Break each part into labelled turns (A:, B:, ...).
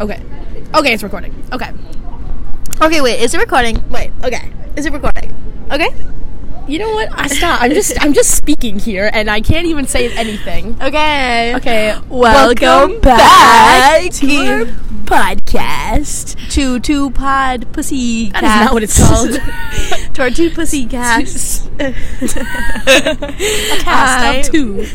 A: Okay. Okay, it's recording. Okay.
B: Okay, wait. Is it recording? Wait. Okay. Is it recording? Okay.
A: You know what? I stop. I'm just I'm just speaking here and I can't even say anything.
B: Okay.
A: Okay.
B: Welcome, back,
A: back
B: to our podcast. To two pod pussy.
A: That is not what it's called.
B: to our two pussy cast.
A: A cast of two.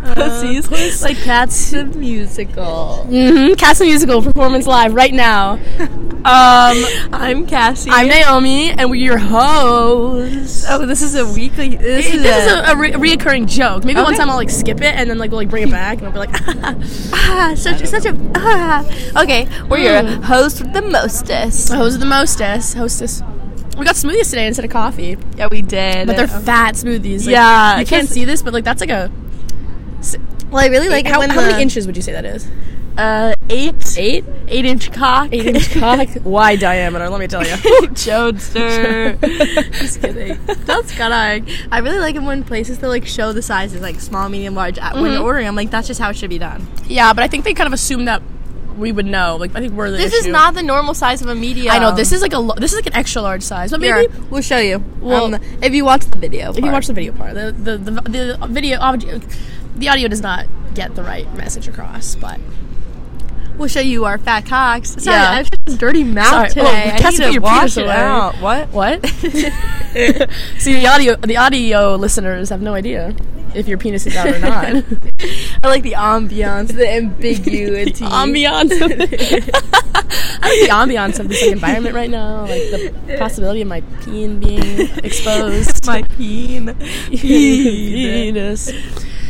B: pussies, Uh, like cats the musical.
A: Mm-hmm. Cast the musical performance live right now. Um
B: I'm Cassie.
A: I'm Naomi and we're your hosts.
B: oh, this is a weekly. This
A: This
B: is
A: is a, a re- reoccurring joke. Maybe one
B: Okay.
A: time I'll like skip it and then like we'll like bring it back and I'll be like,
B: ah, such such a ah. okay. We're your
A: Mm.
B: host with the mostest.
A: host of the mostess, hostess. We got smoothies today instead of coffee.
B: Yeah, we did.
A: But they're fat smoothies. Like,
B: Yeah,
A: you can't
B: 'cause-
A: see this, but like that's like a
B: Well, I really like it
A: how,
B: when
A: how
B: the,
A: many inches would you say that is?
B: Uh, eight,
A: Eight,
B: eight inch cock.
A: eight inch cock. Why diameter? Let me tell you.
B: Jodester. Just kidding. That's kind of. I really like it when places that like show the sizes, like small, medium, large. At, When
A: Mhm.
B: ordering, I'm like, that's just how it should be done.
A: yeah, but I think they kind of assumed that we would know. Like I think we're the
B: This is
A: issue.
B: not the normal size of a medium.
A: I know this is like a lo- this is like an extra large size, but maybe.
B: Here, we'll show you.
A: Well-
B: um, if you watch the video.
A: If you watch the video part, the the, the, the video audio, the audio does not get the right message across. But
B: we'll show you our fat cocks. Sorry,
A: Yeah.
B: I have such a dirty mouth
A: Sorry.
B: today.
A: Well,
B: I
A: Cassie,
B: need
A: put
B: to
A: your
B: wash
A: penis
B: it
A: away.
B: out. What?
A: what? See the audio the audio listeners have no idea if your penis is out or not.
B: I like the ambiance, the ambiguity.
A: ambiance. I like the ambiance of this like, environment right now. Like the possibility of my peen being exposed.
B: My peen.
A: penis.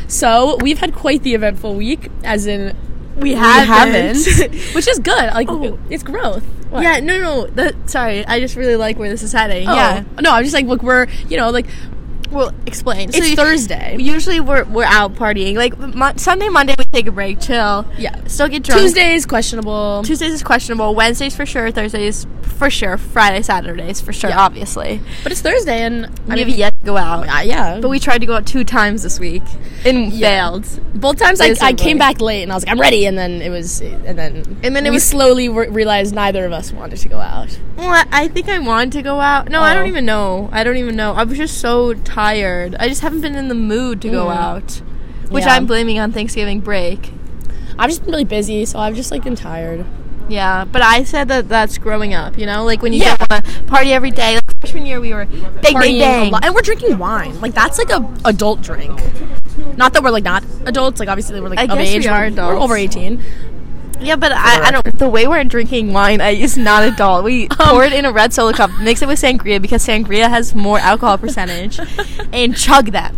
A: So we've had quite the eventful week, as in
B: We
A: we
B: haven't.
A: haven't, which is good. Like
B: Oh.
A: it's growth. What?
B: yeah, no, no. That, sorry, I just really like where this is heading.
A: Oh.
B: Yeah.
A: No, I'm just like look, we're you know like
B: Well, explain.
A: it's
B: you-
A: Thursday.
B: Usually we're we're out partying. Like mon- Sunday, Monday we take a break, chill.
A: yeah.
B: Still get drunk.
A: Tuesday's questionable.
B: Tuesdays is questionable. Wednesdays for sure. Thursdays for sure. Friday, Saturdays for sure.
A: Yeah.
B: Obviously,
A: But it's Thursday, and
B: we
A: I
B: have
A: mean,
B: yet to go out.
A: uh, yeah.
B: But we tried to go out two times this week and failed.
A: both times I, I
B: Miserably.
A: came back late and I was like I'm ready and then it was and then
B: And then it
A: we
B: was-
A: slowly re- realized neither of us wanted to go out.
B: Well, I- I think I wanted to go out. No, I
A: Oh.
B: don't even know. I don't even know. I was just so tired. I just haven't been in the mood to go
A: Mm.
B: out, which
A: Yeah.
B: I'm blaming on Thanksgiving break.
A: I've just been really busy, so I've just like been tired.
B: Yeah, but I said that that's growing up. You know, like when you
A: Yeah.
B: don't want to party every day. Like freshman year, we were bang bang
A: Partying a
B: bang.
A: lot, and we're drinking wine. Like that's like a adult drink. Not that we're like not adults. Like obviously we're like
B: I
A: of
B: guess
A: age.
B: we are
A: we're- We're
B: adults.
A: over eighteen.
B: Yeah, but I, I don't. Um, The way we're drinking wine I, is not adult. We pour it in a red solo cup, mix it with sangria because sangria has more alcohol percentage, and chug that.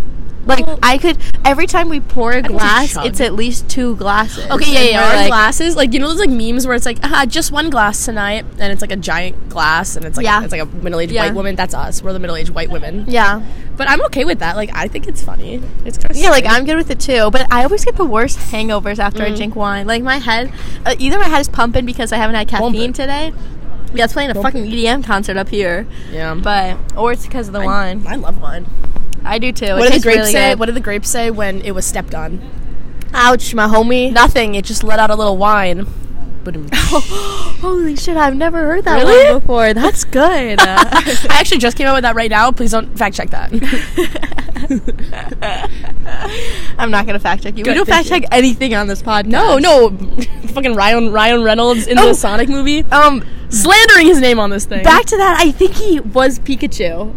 B: Like
A: Well-
B: I could every time we pour a
A: do
B: glass,
A: chug.
B: it's at least two glasses.
A: Okay, yeah,
B: And
A: yeah.
B: we're
A: Our
B: like-
A: glasses, like you know those like memes where it's like, ah, just one glass tonight, and it's like a giant glass, and it's like
B: Yeah.
A: it's like a middle aged
B: Yeah.
A: white woman. That's us. We're the middle aged white women.
B: Yeah,
A: But I'm okay with that. Like I think it's funny. It's kind of
B: yeah. Like I'm good with it too. But I always get the worst hangovers after I drink wine. Like my head, uh, either my head is pumping because I haven't had caffeine
A: Pumping.
B: today. Yeah, it's playing a fucking EDM concert up here,
A: yeah.
B: but or it's because of the wine.
A: I love wine.
B: I do too. It
A: What did the
B: tastes
A: grapes
B: really
A: say?
B: good.
A: What did the grapes say when it was stepped on?
B: Ouch, my homie.
A: Nothing. It just let out a little wine.
B: Holy shit, I've never heard that
A: Really?
B: one before. That's good.
A: I actually just came out with that right now. Please don't fact check that.
B: I'm not gonna fact check you.
A: Good,
B: we don't
A: thank
B: fact check anything on this podcast.
A: No, Oh, no, fucking Ryan Ryan Reynolds in
B: Oh.
A: the Sonic movie,
B: Um,
A: slandering his name on this thing.
B: back to that. I think he was Pikachu.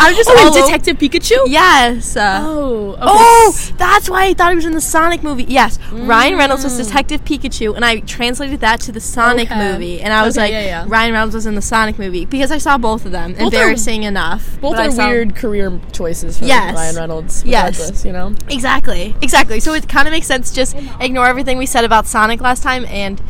B: I'm just
A: oh,
B: all
A: and
B: over-
A: Detective Pikachu.
B: Yes. uh,
A: Oh, okay.
B: Oh, that's why I thought he was in the Sonic movie. Yes, Ryan
A: Mm.
B: Reynolds was Detective Pikachu, and I translated that to the Sonic
A: Okay.
B: movie, and I was
A: Okay,
B: like,
A: yeah, yeah.
B: Ryan Reynolds was in the Sonic movie because I saw both of them.
A: Both are-
B: Embarrassing enough.
A: both
B: but I
A: are
B: saw-
A: weird career choices for
B: Yes.
A: Ryan Reynolds.
B: Yes.
A: regardless, you know.
B: Exactly. Exactly. So it kind of makes sense. Just ignore everything we said about Sonic last time, and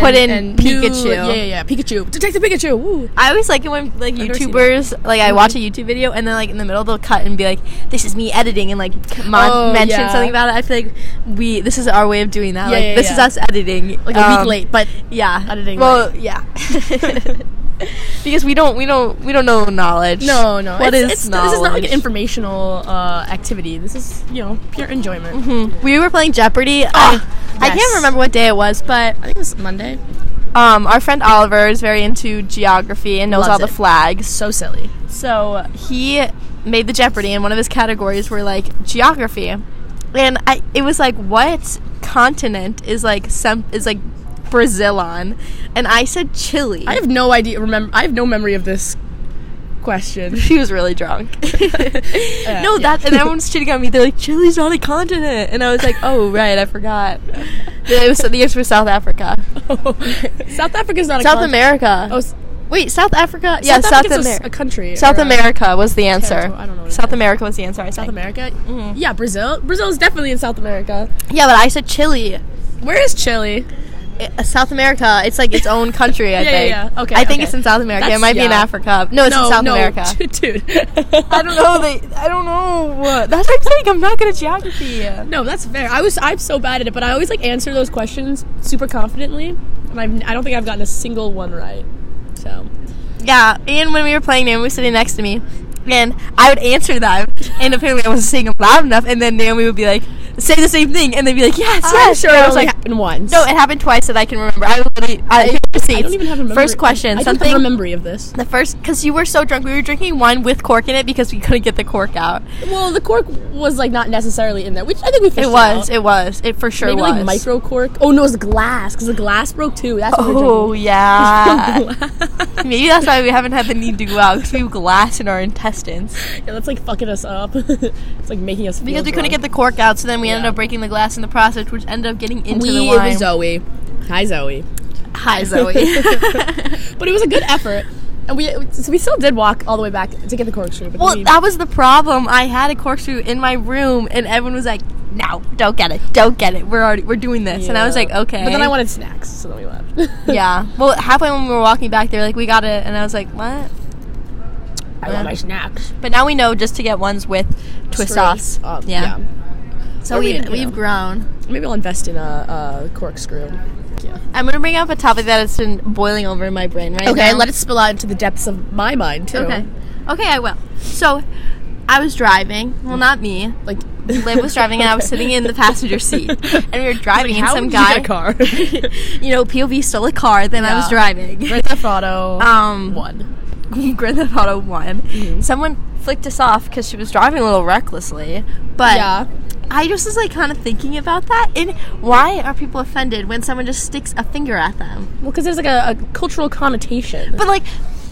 B: Put in
A: new-
B: Pikachu.
A: yeah, yeah, yeah, Pikachu, Detective Pikachu. Woo.
B: I always like it when like
A: never seen Mm-hmm.
B: YouTubers like I watch a YouTube video and then like in the middle they'll cut and be like, "This is me editing" and like c- mon-
A: Oh,
B: mention
A: yeah.
B: something about it. I feel like we this is our way of doing that.
A: Yeah,
B: like
A: yeah,
B: this
A: yeah.
B: is us editing
A: Like a
B: Um,
A: week late, but
B: Yeah,
A: Editing
B: Well, yeah. because we don't we don't we don't know knowledge.
A: No, no.
B: What
A: it's,
B: is
A: it's, This is not like
B: knowledge?
A: an informational uh, activity. This is, you know, pure enjoyment.
B: Mhm. We were playing Jeopardy. I, I
A: Ah, yes.
B: can't remember what day it was, but
A: I think it's Monday.
B: um, our friend Oliver is very into geography and knows
A: Loves
B: all the
A: it.
B: flags.
A: So silly.
B: So he made the Jeopardy, and one of his categories were like geography, and I it was like what continent is like some is like Brazil on, and I said Chile.
A: I have no idea. Remember, I have no memory of this question.
B: she was really drunk.
A: Uh,
B: no, that and everyone's cheating on me. They're like, Chile's not a continent, and I was like, oh right, I forgot. it was the answer was South Africa,
A: South Africa's not a
B: South
A: con-
B: America.
A: Oh, s-
B: wait, South Africa. yeah,
A: South,
B: South
A: Africa's a s-
B: America.
A: A country.
B: South
A: or, uh,
B: America was the answer.
A: territory. I don't know what it
B: South
A: is.
B: America was the answer. I
A: South
B: think.
A: America. Mm-hmm. Yeah, Brazil. Brazil is definitely in South America.
B: Yeah, but I said Chile.
A: Where is Chile?
B: I- South America. It's like its own country. I
A: Yeah, yeah,
B: think.
A: yeah. Okay,
B: I think
A: okay.
B: it's in South America. it
A: That's-
B: might be in
A: yeah.
B: Africa. No, it's in South America.
A: dude.
B: I don't know. They. I don't know. That's what I'm saying. I'm not good at geography.
A: No, that's fair. I was I'm so bad at it, but I always like answer those questions super confidently, and I've, I don't think I've gotten a single one right. So
B: Yeah, and when we were playing, Naomi was sitting next to me, and I would answer them, and apparently I wasn't saying them loud enough, and then Naomi would be like, "Say the same thing," and they'd be like, "Yes,
A: I'm
B: yes."
A: sure
B: and
A: it
B: I was
A: only
B: like,
A: happened once.
B: "No, it happened twice that I can remember." I literally, I, I
A: I don't even have a memory.
B: First question,
A: I don't
B: something.
A: have a memory of this.
B: the first, because you were so drunk, we were drinking wine with cork in it because we couldn't get the cork out.
A: Well, the cork was like not necessarily in there, which I think we
B: It
A: fished
B: was,
A: out.
B: it was, it for sure
A: Maybe
B: was.
A: like micro cork. Oh no, it was glass because the glass broke too. That's what we
B: Oh
A: we're
B: yeah,
A: drinking.
B: maybe that's why we haven't had the need to go out because we have glass in our intestines.
A: yeah, that's like fucking us up. it's like making us feel
B: Because we couldn't
A: drunk.
B: get the cork out, so then we ended
A: Yeah.
B: up breaking the glass in the process, which ended up getting into
A: we
B: the
A: it
B: wine.
A: was Zoe. Hi Zoe.
B: Hi, Zoe.
A: But it was a good effort. And we so we still did walk all the way back to get the corkscrew. But
B: well,
A: then we,
B: that was the problem. I had a corkscrew in my room, and everyone was like, "No, don't get it, don't get it. We're already we're doing this." And I was
A: Yeah.
B: like, "Okay."
A: But then I wanted snacks, so then we left.
B: yeah. Well, halfway when we were walking back, they were like, "We got it," and I was like, "What?"
A: I want my snacks.
B: But now we know just to get ones with twist
A: Straight
B: offs.
A: up,
B: yeah. So
A: Or we-
B: we've,
A: you
B: we've
A: know.
B: grown.
A: Maybe I'll invest in a, a corkscrew. Yeah.
B: I'm gonna bring up a topic that has been boiling over in my brain right now.
A: Okay, let it spill out into the depths of my mind too.
B: Okay. Okay, I will. So, I was driving. Well, not me.
A: Like
B: Liv was driving, and I was sitting in the passenger seat. And we were driving, and
A: how
B: some
A: did
B: guy,
A: you get a car?
B: you know, POV stole a car. Then I was
A: Yeah.
B: driving.
A: Grand Theft Auto
B: Um,
A: one.
B: Grand Theft Auto One. Someone flicked us off because she was driving a little recklessly. But
A: Yeah.
B: I just was like kind of thinking about that, and why are people offended when someone just sticks a finger at them?
A: Well, because there's like a, a cultural connotation.
B: But like,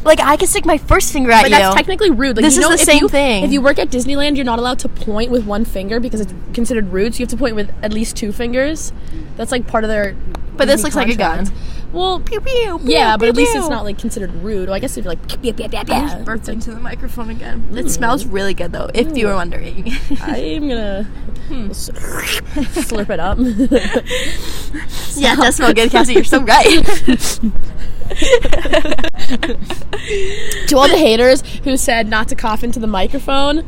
B: like I could stick my first finger at
A: But
B: you.
A: that's technically rude. Like,
B: This
A: you
B: is
A: know,
B: the
A: if
B: same
A: you-
B: thing.
A: If you work at Disneyland, you're not allowed to point with one finger because it's considered rude. So you have to point with at least two fingers. That's like part of their.
B: But
A: Disney
B: this looks like a
A: contract. Well,
B: Pew, pew,
A: yeah,
B: pew,
A: but at
B: pew,
A: least it's
B: pew.
A: not like considered rude. Well, I guess if you're like, yeah, yeah, yeah,
B: I just
A: yeah.
B: burped into the microphone again. It smells really good though, if you were wondering.
A: I'm gonna s- slurp it up.
B: yeah, it does smell good, Cassie. You're so right.
A: to all the haters who said not to cough into the microphone,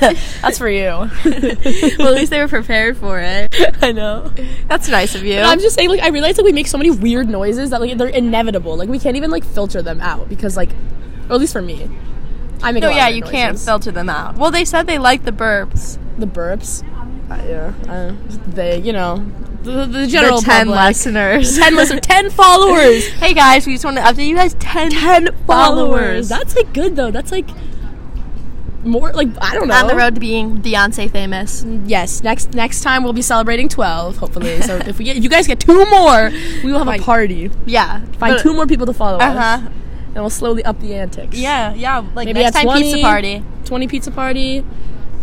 A: that's for you.
B: well, at least they were prepared for it.
A: I know.
B: That's nice of you.
A: I'm just saying, like, I realize that we make so many weird noises that like they're inevitable. Like, we can't even like filter them out because, like, or at least for me, I make. a
B: no,
A: lot
B: yeah,
A: of
B: you
A: weird
B: can't
A: noises.
B: filter them out. Well, they said they liked the burps.
A: the burps. Uh, yeah, uh, they, you know, the, the general
B: ten
A: public.
B: listeners.
A: ten listen, ten followers,
B: hey guys, we just want to update you guys. Ten, 10 followers.
A: That's like good though. That's like more like I don't know.
B: on the road to being Beyonce famous.
A: Yes. Next next time we'll be celebrating twelve, hopefully. So if we get you guys get two more, we will have
B: Fine.
A: a party.
B: Yeah,
A: Find
B: but-
A: two more people to follow
B: Uh
A: us,
B: huh.
A: and we'll slowly up the antics.
B: Yeah, yeah. Like
A: Maybe at
B: next time
A: 20.
B: pizza party.
A: 20 pizza party.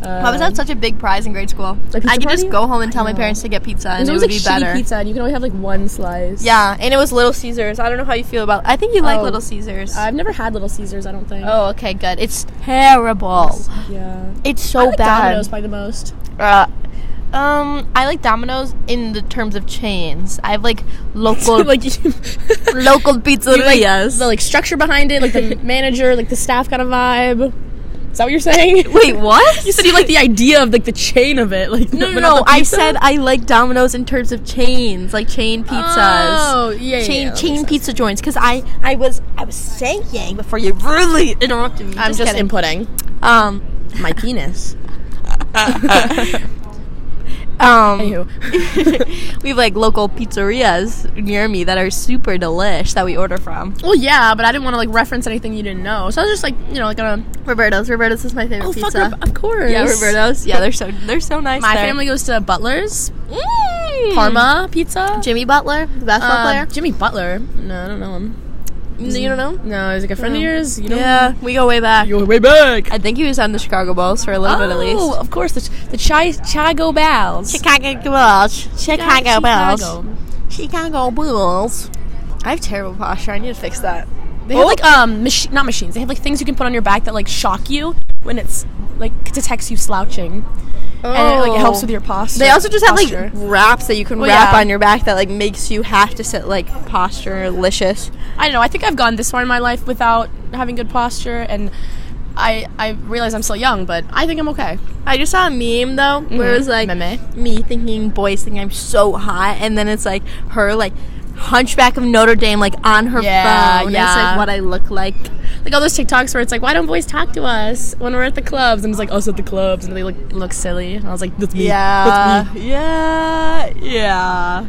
A: Uh,
B: Why was that such a big prize in grade school?
A: A pizza
B: I could just
A: party?
B: go home and tell my
A: know.
B: parents to get pizza, and
A: There's
B: it
A: always
B: would
A: like shitty
B: be better.
A: pizza, and you can only have like one slice.
B: Yeah, and it was Little Caesars. I don't know how you feel about. I think you like
A: Oh.
B: Little Caesars.
A: I've never had Little Caesars. I don't think.
B: oh, okay, good. It's terrible.
A: yeah.
B: It's
A: I
B: so
A: like
B: bad.
A: Domino's probably the most.
B: Uh, um, I like Domino's in the terms of chains. I have like local
A: like you-
B: local
A: you like
B: pizzerias.
A: the like structure behind it, like the manager, like the staff kind of vibe. Is that what you're saying?
B: Wait, what?
A: You said you like the idea of like the chain of it, like
B: No, no,
A: but
B: no.
A: not the
B: I
A: pizza?
B: said I like Domino's in terms of chains, like chain pizzas.
A: Oh, yeah, yeah,
B: chain
A: yeah, that makes
B: chain
A: sense.
B: pizza joints. Because I I was I was saying before you really interrupted me.
A: I'm just,
B: kidding.
A: inputting
B: um
A: my penis.
B: um.
A: Anywho,
B: we have like local pizzerias near me that are super delish that we order from.
A: well, yeah, but I didn't want to like reference anything you didn't know, so I was just like, you know, like on a
B: Roberto's. Roberto's is my favorite
A: oh
B: pizza.
A: fuck, Rob- of course,
B: yeah, Roberto's. Yeah, they're so they're so nice.
A: My
B: there.
A: family goes to Butler's
B: Mm.
A: Parma Pizza.
B: Jimmy Butler, the basketball
A: Uh,
B: player.
A: Jimmy Butler. No, I don't know him.
B: Um, You don't know?
A: No, he's like a friend of
B: No.
A: yours. You know?
B: Yeah, we go way back.
A: You're way back.
B: I think he was on the Chicago Bulls for a little bit at
A: Oh,
B: least.
A: of course, the ch- the chi- Chicago Bells.
B: Chicago Bulls. Chicago
A: Chicago.
B: Chicago Bulls. I have terrible posture. I need to fix that.
A: They
B: Oh!
A: have like um machi- not machines. They have like things you can put on your back that like shock you when it's like detects you slouching
B: Oh. eh,
A: and it, like it helps with your posture.
B: They also just have like
A: posture.
B: wraps that you can
A: Well,
B: wrap
A: yeah.
B: on your back that like makes you have to sit like posture licious.
A: I don't know. I think I've gone this far in my life without having good posture, and I I realize I'm still young, but I think I'm okay.
B: I just saw a meme though where it was like
A: Meme.
B: me thinking boys think I'm so hot, and then it's like her like hunchback of Notre Dame like on her
A: Yeah,
B: phone. It's
A: yeah.
B: like what I look like.
A: Like all those TikToks where it's like, why don't boys talk to us when we're at the clubs? And it's like us at the clubs, and they look look silly. And I was like, that's me.
B: Yeah, yeah, yeah.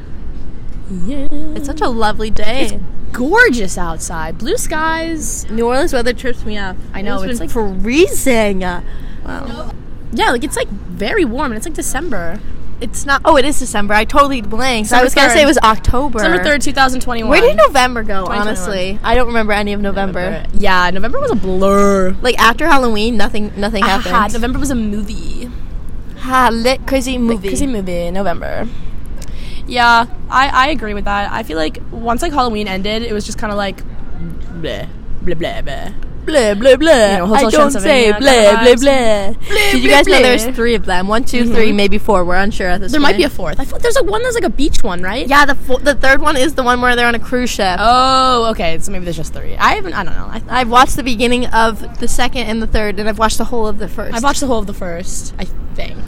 A: That's me. Yeah.
B: It's such a lovely day.
A: Gorgeous outside, blue skies.
B: New Orleans weather trips me up.
A: I know,
B: it's,
A: it's
B: been freezing. Wow,
A: Yeah, like it's like very warm, and it's like December.
B: it's not. Oh, it is December. I totally blanked. I was gonna
A: December
B: say it
A: 3rd.
B: was October.
A: December third, two thousand twenty-one.
B: Where did November go?
A: 2021.
B: Honestly, I don't remember any of November.
A: Yeah, November was a blur.
B: Like after Halloween, nothing, nothing happened.
A: Aha, November was a movie.
B: Ha, lit crazy movie.
A: Crazy movie, November. Yeah, I, I agree with that. I feel like once like Halloween ended, it was just kind of like bleh, blah blah blah.
B: blah blah blah.
A: You know, Hotel
B: I don't say
A: Transylvania
B: blah
A: kinda
B: blah
A: vibes.
B: blah. Mm-hmm. Did you
A: blah,
B: guys know
A: blah.
B: there's three of them? One, two, three, maybe four. We're unsure at this.
A: There might be a
B: point.
A: fourth. I thought there's like one. There's like a beach one, right?
B: yeah, the fo- the third one is the one where they're on a cruise ship.
A: Oh, okay. So maybe there's just three. I haven't. I don't know. I,
B: I've watched the beginning of the second and the third, and I've watched the whole of the first.
A: I've watched the whole of the first. I think.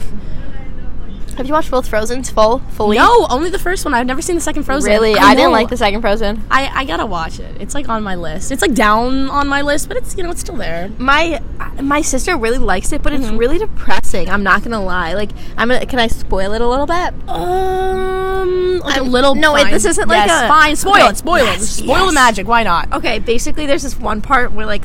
B: Have you watched both Frozen's full fully?
A: No, only the first one. I've never seen the second Frozen.
B: really. I,
A: know.
B: didn't like the second Frozen.
A: I, I gotta watch it. It's like on my list. It's like down on my list, but it's you know it's still there.
B: My my sister really likes it, but it's really depressing. I'm not gonna lie. Like, I'm gonna, can I spoil it a little bit?
A: Um, like a little.
B: no, wait,
A: fine.
B: this isn't like
A: Yes,
B: a-
A: fine. Spoil
B: Okay.
A: it. Spoil it.
B: Yes,
A: Spoil
B: yes. Uh,
A: the magic. Why not?
B: Okay, basically, there's this one part where like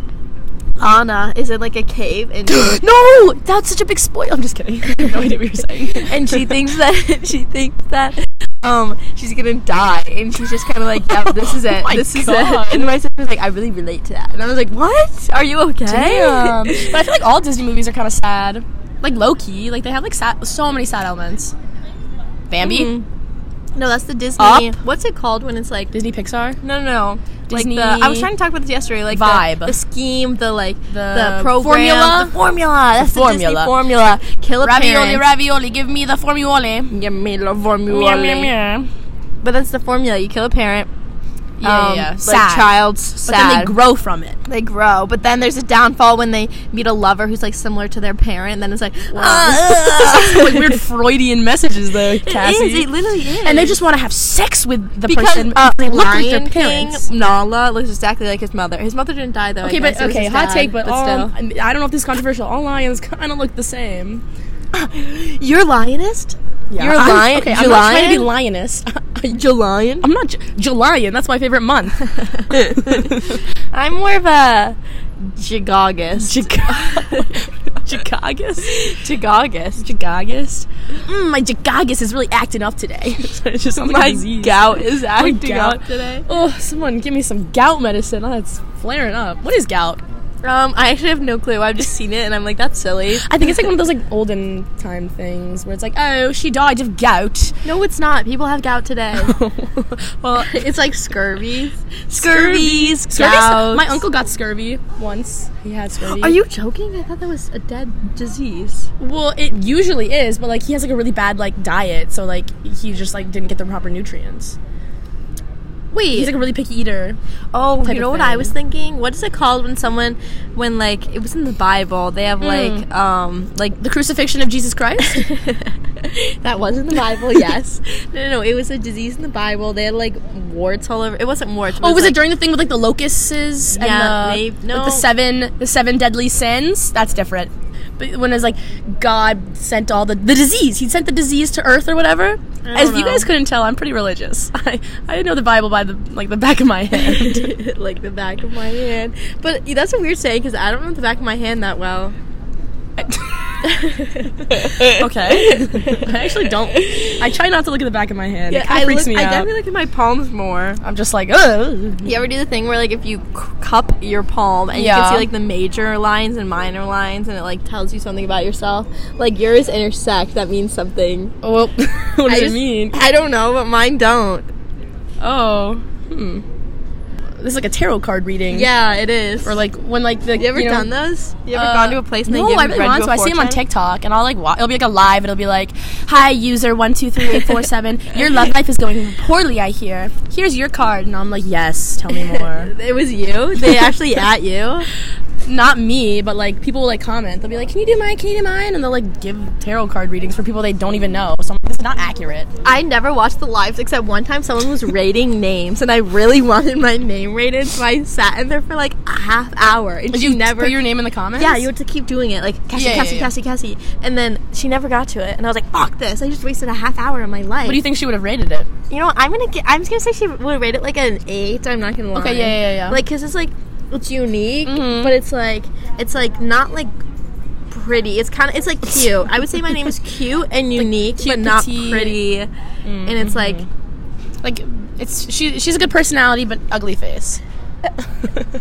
B: Anna is in like a cave and
A: no, that's such a big spoil. I'm just kidding. I have no idea what you're saying.
B: and she thinks that she thinks that um she's gonna die and she's just kind of like yep this is
A: Oh
B: it
A: my
B: this is
A: God.
B: it and my sister was like i really relate to that and i was like what are you okay
A: Damn. but I feel like all Disney movies are kind of sad, like low key. Like they have like sad, so many sad elements. Bambi,
B: Mhm. no that's the disney
A: Up.
B: what's it called when it's like
A: Disney Pixar.
B: no no no
A: Disney-
B: like the, i was trying to talk about this yesterday like the-
A: Vibe.
B: the, scheme the like the,
A: The
B: program
A: formula?
B: the formula that's the, Disney
A: formula.
B: formula kill a
A: Ravioli,
B: parent.
A: ravioli, give me the
B: eh?
A: formioli.
B: Yum, me love
A: Meow,
B: formula.
A: meow, meow.
B: but that's the formula you kill a parent
A: Yeah,
B: um,
A: yeah.
B: like
A: Sad.
B: child's
A: But
B: sad
A: then they grow from it.
B: they grow, but then there's a downfall when they meet a lover who's like similar to their parent. And then it's like, ah,
A: like weird Freudian messages there, Cassie.
B: it is. It literally is.
A: and they just want to have sex with the
B: because
A: person.
B: uh,
A: they look like
B: Lion
A: their
B: King
A: parents.
B: Nala looks exactly like his mother. His mother didn't die though. I
A: Okay,
B: guess.
A: but
B: It was
A: okay,
B: his
A: hot
B: dad,
A: take, but,
B: but um,
A: all,
B: still.
A: I mean, I don't know if this is controversial. All lions kind of look the same.
B: you're a lionist. You're a
A: I'm-
B: lion.
A: Okay,
B: you
A: I'm not trying to be
B: lion?
A: lionist.
B: You lion.
A: I'm not J- Julian. That's my favorite month.
B: I'm more of a jigogist.
A: Chicago. Chicagus?
B: Jigogist.
A: Chicagus? Mm, my Chicagus is really acting up today. it just sounds like a
B: My
A: disease.
B: gout is acting
A: gout.
B: up today.
A: Oh, someone give me some gout medicine. Oh, it's flaring up. What is gout?
B: Um, I actually have no clue. I've just seen it and I'm like, that's silly.
A: I think it's like one of those like olden time things where it's like, oh, she died of gout.
B: No, it's not. People have gout today.
A: well,
B: it's like scurvy. Scurvy.
A: scurvy. My uncle got scurvy once. He had scurvy.
B: Are you joking? I thought that was a dead disease.
A: Well, it usually is, but like he has like a really bad like diet, so like he just like didn't get the proper nutrients.
B: Wait.
A: He's like a really picky eater.
B: oh,
A: type
B: you
A: of
B: know what I was
A: thing.
B: thinking? What is it called when someone when like it was in the Bible, they have like um like
A: The crucifixion of Jesus Christ.
B: that was in the Bible, yes. No, no, no, it was a disease in the Bible. They had like warts all over. It wasn't warts.
A: oh, was
B: like,
A: it during the thing with like the locusts and
B: Yeah,
A: the,
B: they-
A: like,
B: no.
A: the seven the seven deadly sins? That's different. But when it's like God sent all the the disease, He sent the disease to Earth or whatever.
B: don't
A: As you
B: know.
A: guys couldn't tell, I'm pretty religious. I I know the Bible by the like the back of my hand.
B: like the back of my hand. But that's a weird saying because I don't know the back of my hand that well.
A: okay, I actually don't. I try not to look at the back of my hand. it kind
B: I
A: of freaks
B: look-
A: me
B: I
A: out.
B: definitely look at my palms more.
A: I'm just like, ugh.
B: You ever do the thing where like if you c- cup your palm and you
A: Yeah.
B: can see like the major lines and minor lines and it like tells you something about yourself? Like yours intersect. That means something.
A: Oh, Well, what does
B: I
A: it
B: just-
A: mean?
B: I don't know, but mine don't.
A: Oh, hmm. This is like a tarot card reading.
B: Yeah, it is.
A: Or like when like the
B: you ever
A: know,
B: done those? You ever
A: uh,
B: gone to a place and
A: no,
B: they give
A: I really
B: read you
A: want
B: a
A: to. I see them on
B: fortune?
A: TikTok, and I'll like watch. It'll be like a live, and it'll be like, "Hi, user one two three eight four seven. Your love life is going poorly. I hear. Here's your card." And I'm like, "Yes, tell me more."
B: It was you. They actually at you.
A: Not me, but like people will like comment. They'll be like, "Can you do mine? Can you do mine?" And they'll like give tarot card readings for people they don't even know. So I'm like, "This is not accurate."
B: I never watched the lives except one time someone was rating names and I really wanted my name rated, so I sat in there for like a half hour and
A: Did
B: she
A: you
B: never
A: put your name in the comments?
B: Yeah, you had to keep doing it like Cassie,
A: Yeah, yeah,
B: Cassie,
A: yeah.
B: Cassie, Cassie. And then she never got to it and I was like, fuck this. I just wasted a half hour of my life.
A: What do you think she would have rated it?
B: You know what? I'm gonna get I'm just gonna say she would rate it like an eight, I'm not gonna lie.
A: Okay, yeah, yeah, yeah, yeah.
B: Like cause it's like it's unique,
A: Mhm.
B: but it's like it's like not like pretty. It's kind of it's like cute. I would say my name is cute and unique,
A: cute,
B: but not
A: petite. Mm,
B: pretty. And it's like
A: Like, it's she. She's a good personality, but ugly face.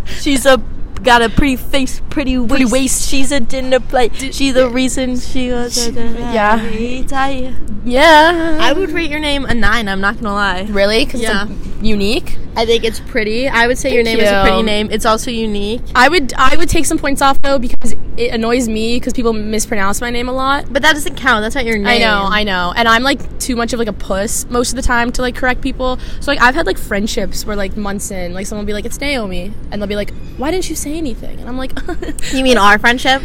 B: She's a got a pretty face, pretty waist.
A: Pretty waist.
B: She's a dinner plate. She's the reason she was. a dinner
A: yeah.
B: plate.
A: Yeah.
B: I would rate your name a nine. I'm not gonna lie.
A: Really? Because
B: Yeah.
A: it's unique.
B: I think it's pretty. I would say your
A: Thank
B: name is a pretty
A: you.
B: name. It's also unique.
A: I would I would take some points off though because it annoys me because people mispronounce my name a lot.
B: But that doesn't count. That's not your name.
A: I know, I know, and I'm like too much of like a puss most of the time to like correct people. So like I've had like friendships where like months in, like someone will be like it's Naomi, and they'll be like, why didn't you say anything? And I'm like,
B: You mean our friendship?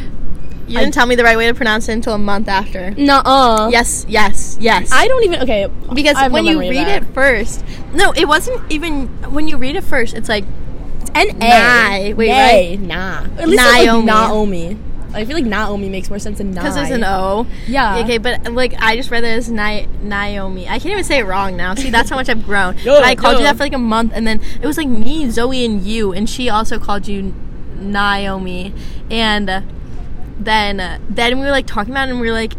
B: You
A: I-
B: didn't tell me the right way to pronounce it until a month after.
A: nuh-uh.
B: Yes, yes, yes.
A: I don't even okay
B: because
A: I have no
B: when you
A: memory of
B: read
A: that.
B: it first, no, it wasn't even when you read it first. It's like
A: it's N
B: Nye.
A: A.
B: Wait,
A: Nay, Nah. At least Naomi. Like,
B: Naomi.
A: Naomi. I feel like Naomi makes more sense than Nye.
B: because there's an O.
A: Yeah.
B: Okay, but like I just read that as Ni- Naomi. I can't even say it wrong now. See, that's how much I've grown.
A: No,
B: but I called
A: no.
B: you that for like a month, and then it was like me, Zoe, and you, and she also called you Naomi, and uh, then uh, then we were like talking about, it and we were like.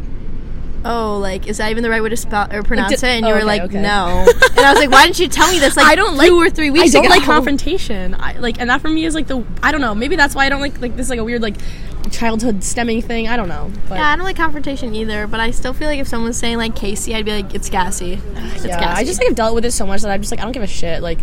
B: Oh, like is that even the right way to spell or pronounce
A: did-
B: it? And you
A: oh,
B: were
A: okay,
B: like,
A: okay.
B: no. and I was like, why didn't you tell me this? Like,
A: I don't like
B: two or three
A: I
B: weeks
A: don't
B: ago.
A: like confrontation. I like, and that for me is like the I don't know. Maybe that's why I don't like like this is, like a weird like childhood stemming thing. I don't know. But
B: Yeah, I don't like confrontation either. But I still feel like if someone's saying like Casey, I'd be like, it's Cassie. It's
A: Yeah,
B: Cassie.
A: I just like have dealt with it so much that I'm just like I don't give a shit. Like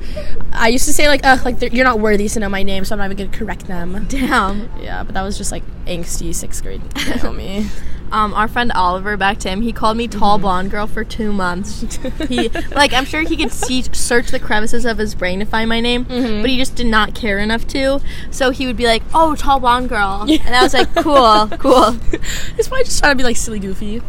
A: I used to say like ugh like they're- you're not worthy to know my name, so I'm not even gonna correct them.
B: damn.
A: Yeah, but that was just like angsty sixth grade Naomi.
B: um, our friend Oliver, back to him. He called me tall blonde girl for two months. he like I'm sure he could see search the crevices of his brain to find my name, but he just did not care enough to. So he would be like, "Oh, tall blonde girl," and I was like, "Cool, cool."
A: He's probably just trying to be like silly goofy.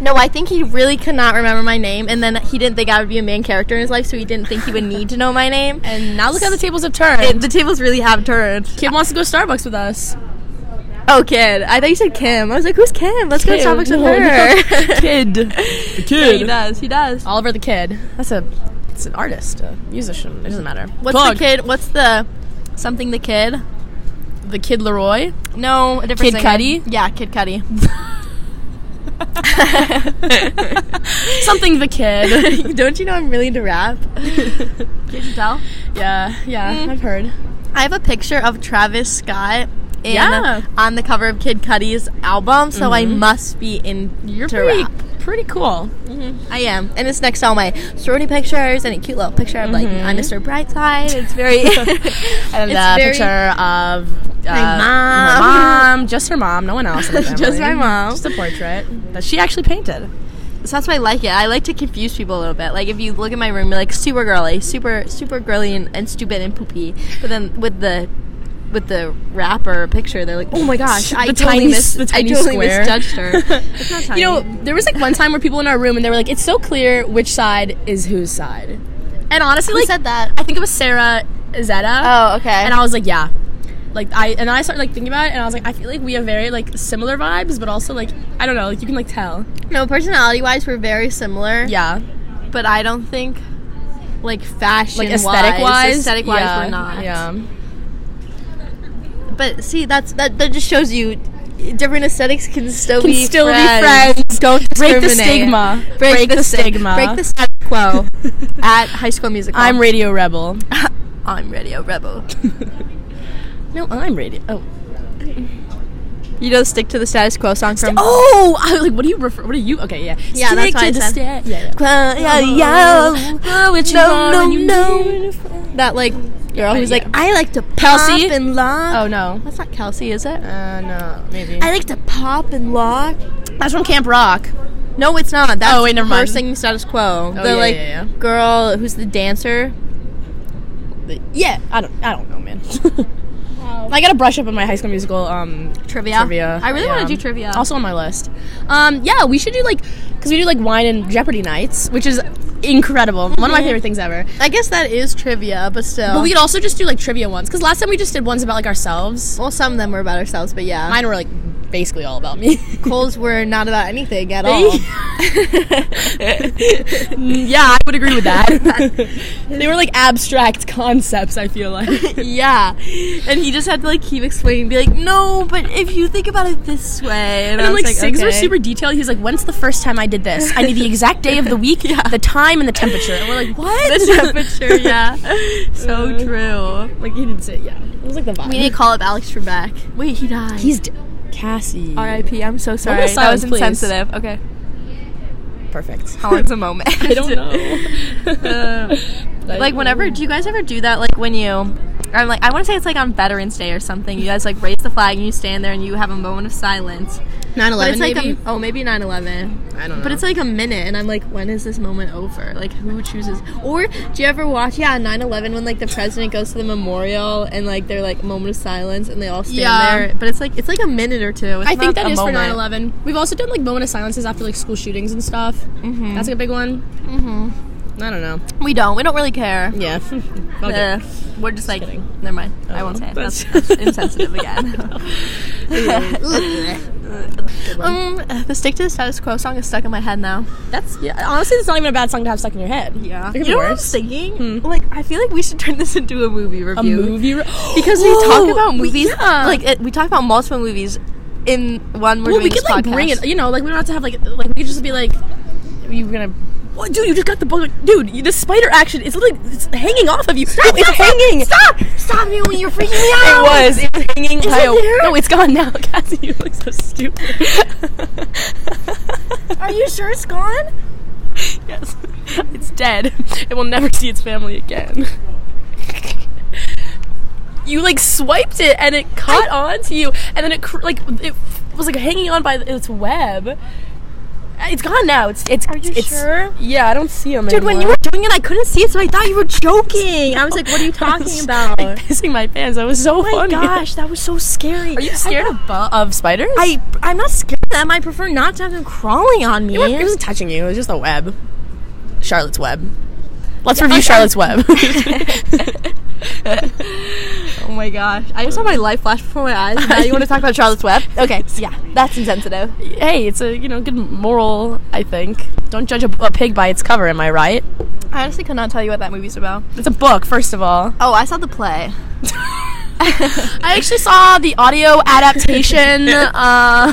B: No, I think he really could not remember my name, and then he didn't think I would be a main character in his life, so he didn't think he would need to know my name.
A: And now look how the tables have turned.
B: It- the tables really have turned.
A: Kid wants to go to Starbucks with us.
B: Oh, kid. I thought you said Kim. I was like, who's Kim? Let's go to
A: Kim.
B: Starbucks with
A: No,
B: her.
A: kid, the
B: Yeah, he does. He does.
A: Oliver the Kid. That's a it's an artist, a musician. It doesn't matter.
B: What's
A: Plug.
B: the kid? What's the something the kid?
A: The Kid Leroy.
B: No, a different
A: Kid
B: singer.
A: Cudi?
B: Yeah, Kid Cudi.
A: Something the kid.
B: Don't you know I'm really into rap? Can you tell?
A: yeah, yeah, I've heard.
B: I have a picture of Travis Scott in
A: Yeah. Mm-hmm.
B: on the cover of Kid Cudi's album, so I must be in
A: You're
B: to
A: pretty,
B: rap.
A: pretty cool.
B: I am, and it's next to all my sorority pictures and a cute little picture of like
A: Mm-hmm.
B: on Mr. Brightside. It's very
A: And
B: It's
A: the
B: very-
A: picture of uh,
B: My mom.
A: her mom, just her mom, no one else. in the
B: Just
A: family.
B: my mom.
A: Just a portrait that she actually painted.
B: So that's why I like it. I like to confuse people a little bit. Like if you look at my room, you're like super girly, super super girly and, and stupid and poopy. But then with the with the wrapper picture, they're like, oh my gosh, I
A: The
B: totally
A: tiny
B: mis-
A: s- the
B: I
A: tiny
B: totally
A: square."
B: misjudged her. It's not tiny.
A: You know, there was like one time where people in our room and they were like, "It's so clear which side is whose side." And honestly, like
B: that?
A: I think it was Sarah Zeta.
B: Oh, okay.
A: And I was like, yeah. Like I and I started like thinking about it, and I was like, I feel like we have very like similar vibes, but also like I don't know, like you can like tell.
B: no, personality wise, we're very similar.
A: Yeah,
B: but I don't think like fashion
A: like aesthetic wise,
B: aesthetic wise,
A: yeah,
B: we're not.
A: Yeah,
B: But see, that's that. That just shows you different aesthetics can still
A: can
B: be
A: still
B: friends.
A: be friends. Don't break the
B: discriminate.
A: stigma. Break, the,
B: sti-
A: stigma.
B: Break the status quo at High School Musical.
A: I'm Radio Rebel.
B: I'm Radio Rebel.
A: No, I'm Radio. Oh,
B: You don't stick to the status quo song from.
A: oh! I was like, what do you refer? What are you? Okay, yeah,
B: Yeah, that's why I
A: Stick to the
B: said-
A: sta- yeah, yeah.
B: Quo- yeah, yeah.
A: Oh, what you
B: No,
A: are
B: no,
A: when you
B: no.
A: need-
B: That like girl who's
A: yeah.
B: like, I like to
A: Kelsey?
B: pop and lock.
A: Oh no.
B: That's not Kelsey, is it?
A: Uh, no, maybe.
B: I like to pop and lock.
A: That's from Camp Rock.
B: No, it's not. That's
A: Oh, wait, never
B: her
A: mind.
B: singing status quo.
A: Oh,
B: the
A: yeah,
B: like
A: yeah, yeah.
B: girl who's the dancer.
A: Yeah, I don't, I don't know, man. I gotta brush up on my High School Musical um,
B: Trivia.
A: trivia.
B: I really
A: Yeah.
B: want to do trivia.
A: Also on my list. Um, yeah, we should do like, cause we do like wine and Jeopardy nights, which is incredible. One of
B: Mm-hmm.
A: my favorite things ever.
B: I guess that is trivia, but still.
A: But we could also just do like trivia ones, cause last time we just did ones about like ourselves.
B: well, some of them were about ourselves, but yeah.
A: Mine were like basically all about me.
B: Coles were not about anything at all.
A: Mm, yeah, I would agree with that. they were like abstract concepts. I feel like.
B: yeah. And he just had to like keep explaining, be like, no, but if you think about it this way. And,
A: And
B: I
A: then,
B: was
A: like, Sigs were
B: okay.
A: super detailed. He's like, "When's the first time I did this? I need the exact day of the week, the time, and the temperature." And we're like, "What?"
B: The temperature, yeah. so true.
A: like he didn't say. Yeah, it was like the vibe.
B: We need to call up Alex Trebek. Wait, he died.
A: He's d- Cassie.
B: R.I.P. I'm so sorry.
A: Moment of
B: that was
A: silence, please.
B: insensitive. Okay.
A: perfect.
B: How long's a moment?
A: I don't
B: Uh,
A: know.
B: like whenever do you guys ever do that like when you I'm like I want to say it's like on Veterans Day or something. You guys like raise the flag and you stand there and you have a moment of silence.
A: 9/11,
B: But it's like
A: maybe?
B: A, oh maybe 9/11.
A: I don't know.
B: But it's like a minute and I'm like when is this moment over? Like who chooses? Or do you ever watch yeah 9/11 when like the president goes to the memorial and like they're like moment of silence and they all stand
A: Yeah.
B: there. But it's like it's like a minute or two. It's
A: I think
B: that
A: that
B: is
A: is for 9/11. We've also done like moment of silences after like school shootings and stuff. Mm-hmm. That's like a big one. Mm-hmm. I don't know.
B: We don't. We don't really care.
A: Yeah.
B: Uh, we're just like,
A: kidding.
B: never mind. I won't say it. That's,
A: That's-
B: that's insensitive again. um, the stick to the status quo song is stuck in my head now.
A: That's yeah. Honestly, it's not even a bad song to have stuck in your head. It could
B: you
A: be
B: know what I'm
A: worse.
B: singing? Like, I feel like we should turn this into Hmm. a movie
A: A
B: review
A: movie re-
B: because we talk
A: Whoa,
B: about
A: we-
B: movies.
A: yeah.
B: Like, it, we talk about multiple movies in one. We're
A: well,
B: doing
A: we could
B: this
A: like
B: podcast.
A: bring it. You know, like we don't have to have like like we could just be like, you were gonna. What, dude, you just got the bullet. Dude, you, the spider action is literally it's hanging off of you. Stop, it's hanging.
B: Stop! Stop me when you're freaking me
A: It
B: out.
A: was. It was hanging.
B: it
A: high up.
B: there?
A: No, it's gone now. Cassie, you look so stupid.
B: Are you sure it's gone?
A: yes. It's dead. It will never see its family again. you like swiped it and it caught onto you, and then it cr- like it was like hanging on by its web. Uh, It's gone now. It's it's.
B: Are you
A: it's,
B: sure?
A: Yeah, I don't see him.
B: Dude, when you were doing it, I couldn't see it, so I thought you were joking. I was like, "What are you talking about?"
A: Like, pissing my pants. That was so
B: Oh my
A: funny.
B: gosh, that was so scary.
A: Are you scared of, bu- of spiders?
B: I I'm not scared of them. I prefer not to have them crawling on me.
A: It wasn't- it wasn't touching you. It was just a web. Charlotte's Web. Let's review
B: okay.
A: Charlotte's Web.
B: oh my gosh, I just saw my life flash before my eyes. Now you want to talk about Charlotte's Web? Okay, yeah, that's insensitive.
A: hey, it's a you know good moral. I think don't judge a, a pig by its cover. Am I right?
B: I honestly could not tell you what that movie's about.
A: It's a book, first of all.
B: Oh, I saw the play.
A: I actually saw the audio adaptation. uh,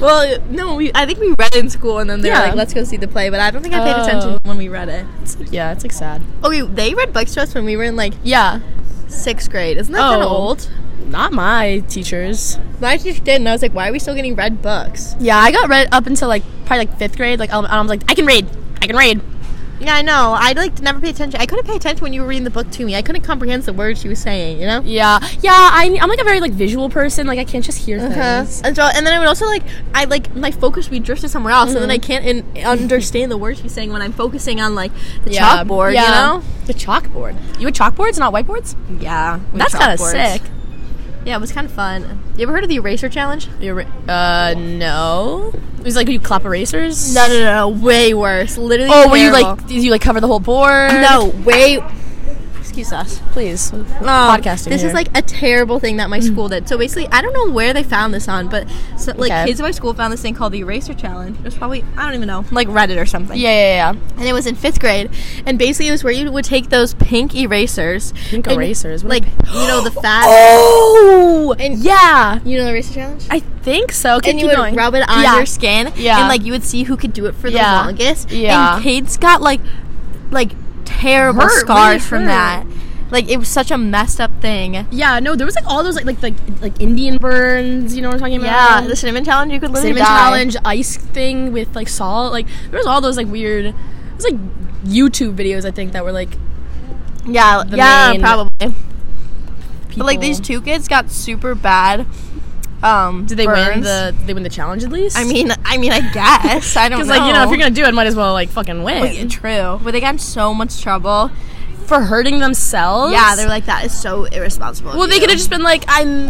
B: Well, no, we, I think we read it in school, and then they
A: Yeah.
B: were like, "Let's go see the play," but I don't think I paid
A: Oh.
B: attention when we read it.
A: yeah, it's like sad.
B: Okay, they read books to us when we were in like
A: Yeah,
B: sixth grade. Isn't that kind
A: Oh.
B: of old?
A: not my teachers.
B: My teacher did, and I was like, "Why are we still getting read books?"
A: um, Yeah, I got read up until like probably like fifth grade. Like I was like, I can read. I can read.
B: Yeah, I know. I like never pay attention. I couldn't pay attention when you were reading the book to me. I couldn't comprehend the words she was saying. You know.
A: Yeah, yeah. I, I'm like a very like visual person. Like I can't just hear things.
B: Uh-huh. And so, and then I would also like, I like my focus would be drifted somewhere else, and then I can't in, understand the words she's saying when I'm focusing on like the
A: Yeah,
B: chalkboard.
A: yeah.
B: You know.
A: the chalkboard. You had chalkboards, not whiteboards.
B: Yeah,
A: That's kinda sick.
B: Yeah, it was kind of fun. You ever heard of the eraser challenge?
A: Uh, no. It was like you clap erasers.
B: No, no, no, no, way worse. Literally.
A: Oh, were you
B: terrible.
A: like? Did you like cover the whole board?
B: No, way. Excuse us.
A: please.
B: Um,
A: Podcasting
B: This
A: here.
B: is like a terrible thing that my school did. So basically, I don't know where they found this on, but so, like
A: Okay.
B: kids at my school found this thing called the Eraser Challenge. It was probably I don't even know, like Reddit or something.
A: Yeah, yeah, yeah.
B: And it was in fifth grade, and basically it was where you would take those pink erasers,
A: Pink
B: and,
A: erasers? What are
B: like you know the fat.
A: Oh, yeah.
B: You know the eraser challenge?
A: I think so. Okay,
B: and you
A: keep
B: would
A: going.
B: rub it on
A: Yeah.
B: your skin,
A: Yeah.
B: and like you would see who could do it for
A: Yeah.
B: the longest.
A: Yeah.
B: and kids got like, like terrible
A: Hurt, really
B: scars from
A: hurt.
B: that. Like it was such a messed up thing.
A: Yeah, no, there was like all those like like like, like Indian burns. You know what I'm talking about?
B: Yeah, the cinnamon challenge you could literally
A: cinnamon
B: die.
A: challenge ice thing with like salt. Like there was all those like weird. It was like YouTube videos I think that were like
B: Yeah,
A: the
B: yeah,
A: main
B: probably.
A: people.
B: But like these two kids got super bad. Um,
A: Did they win
B: burns.
A: the? Did they win the challenge at least?
B: I mean, I mean, I guess I don't know.
A: because like you know if you're gonna do it, might as well like fucking win
B: Well, yeah, true, but they got in so much trouble.
A: for hurting themselves.
B: Yeah, they're like that is so irresponsible.
A: Well, they could have just been like, I'm.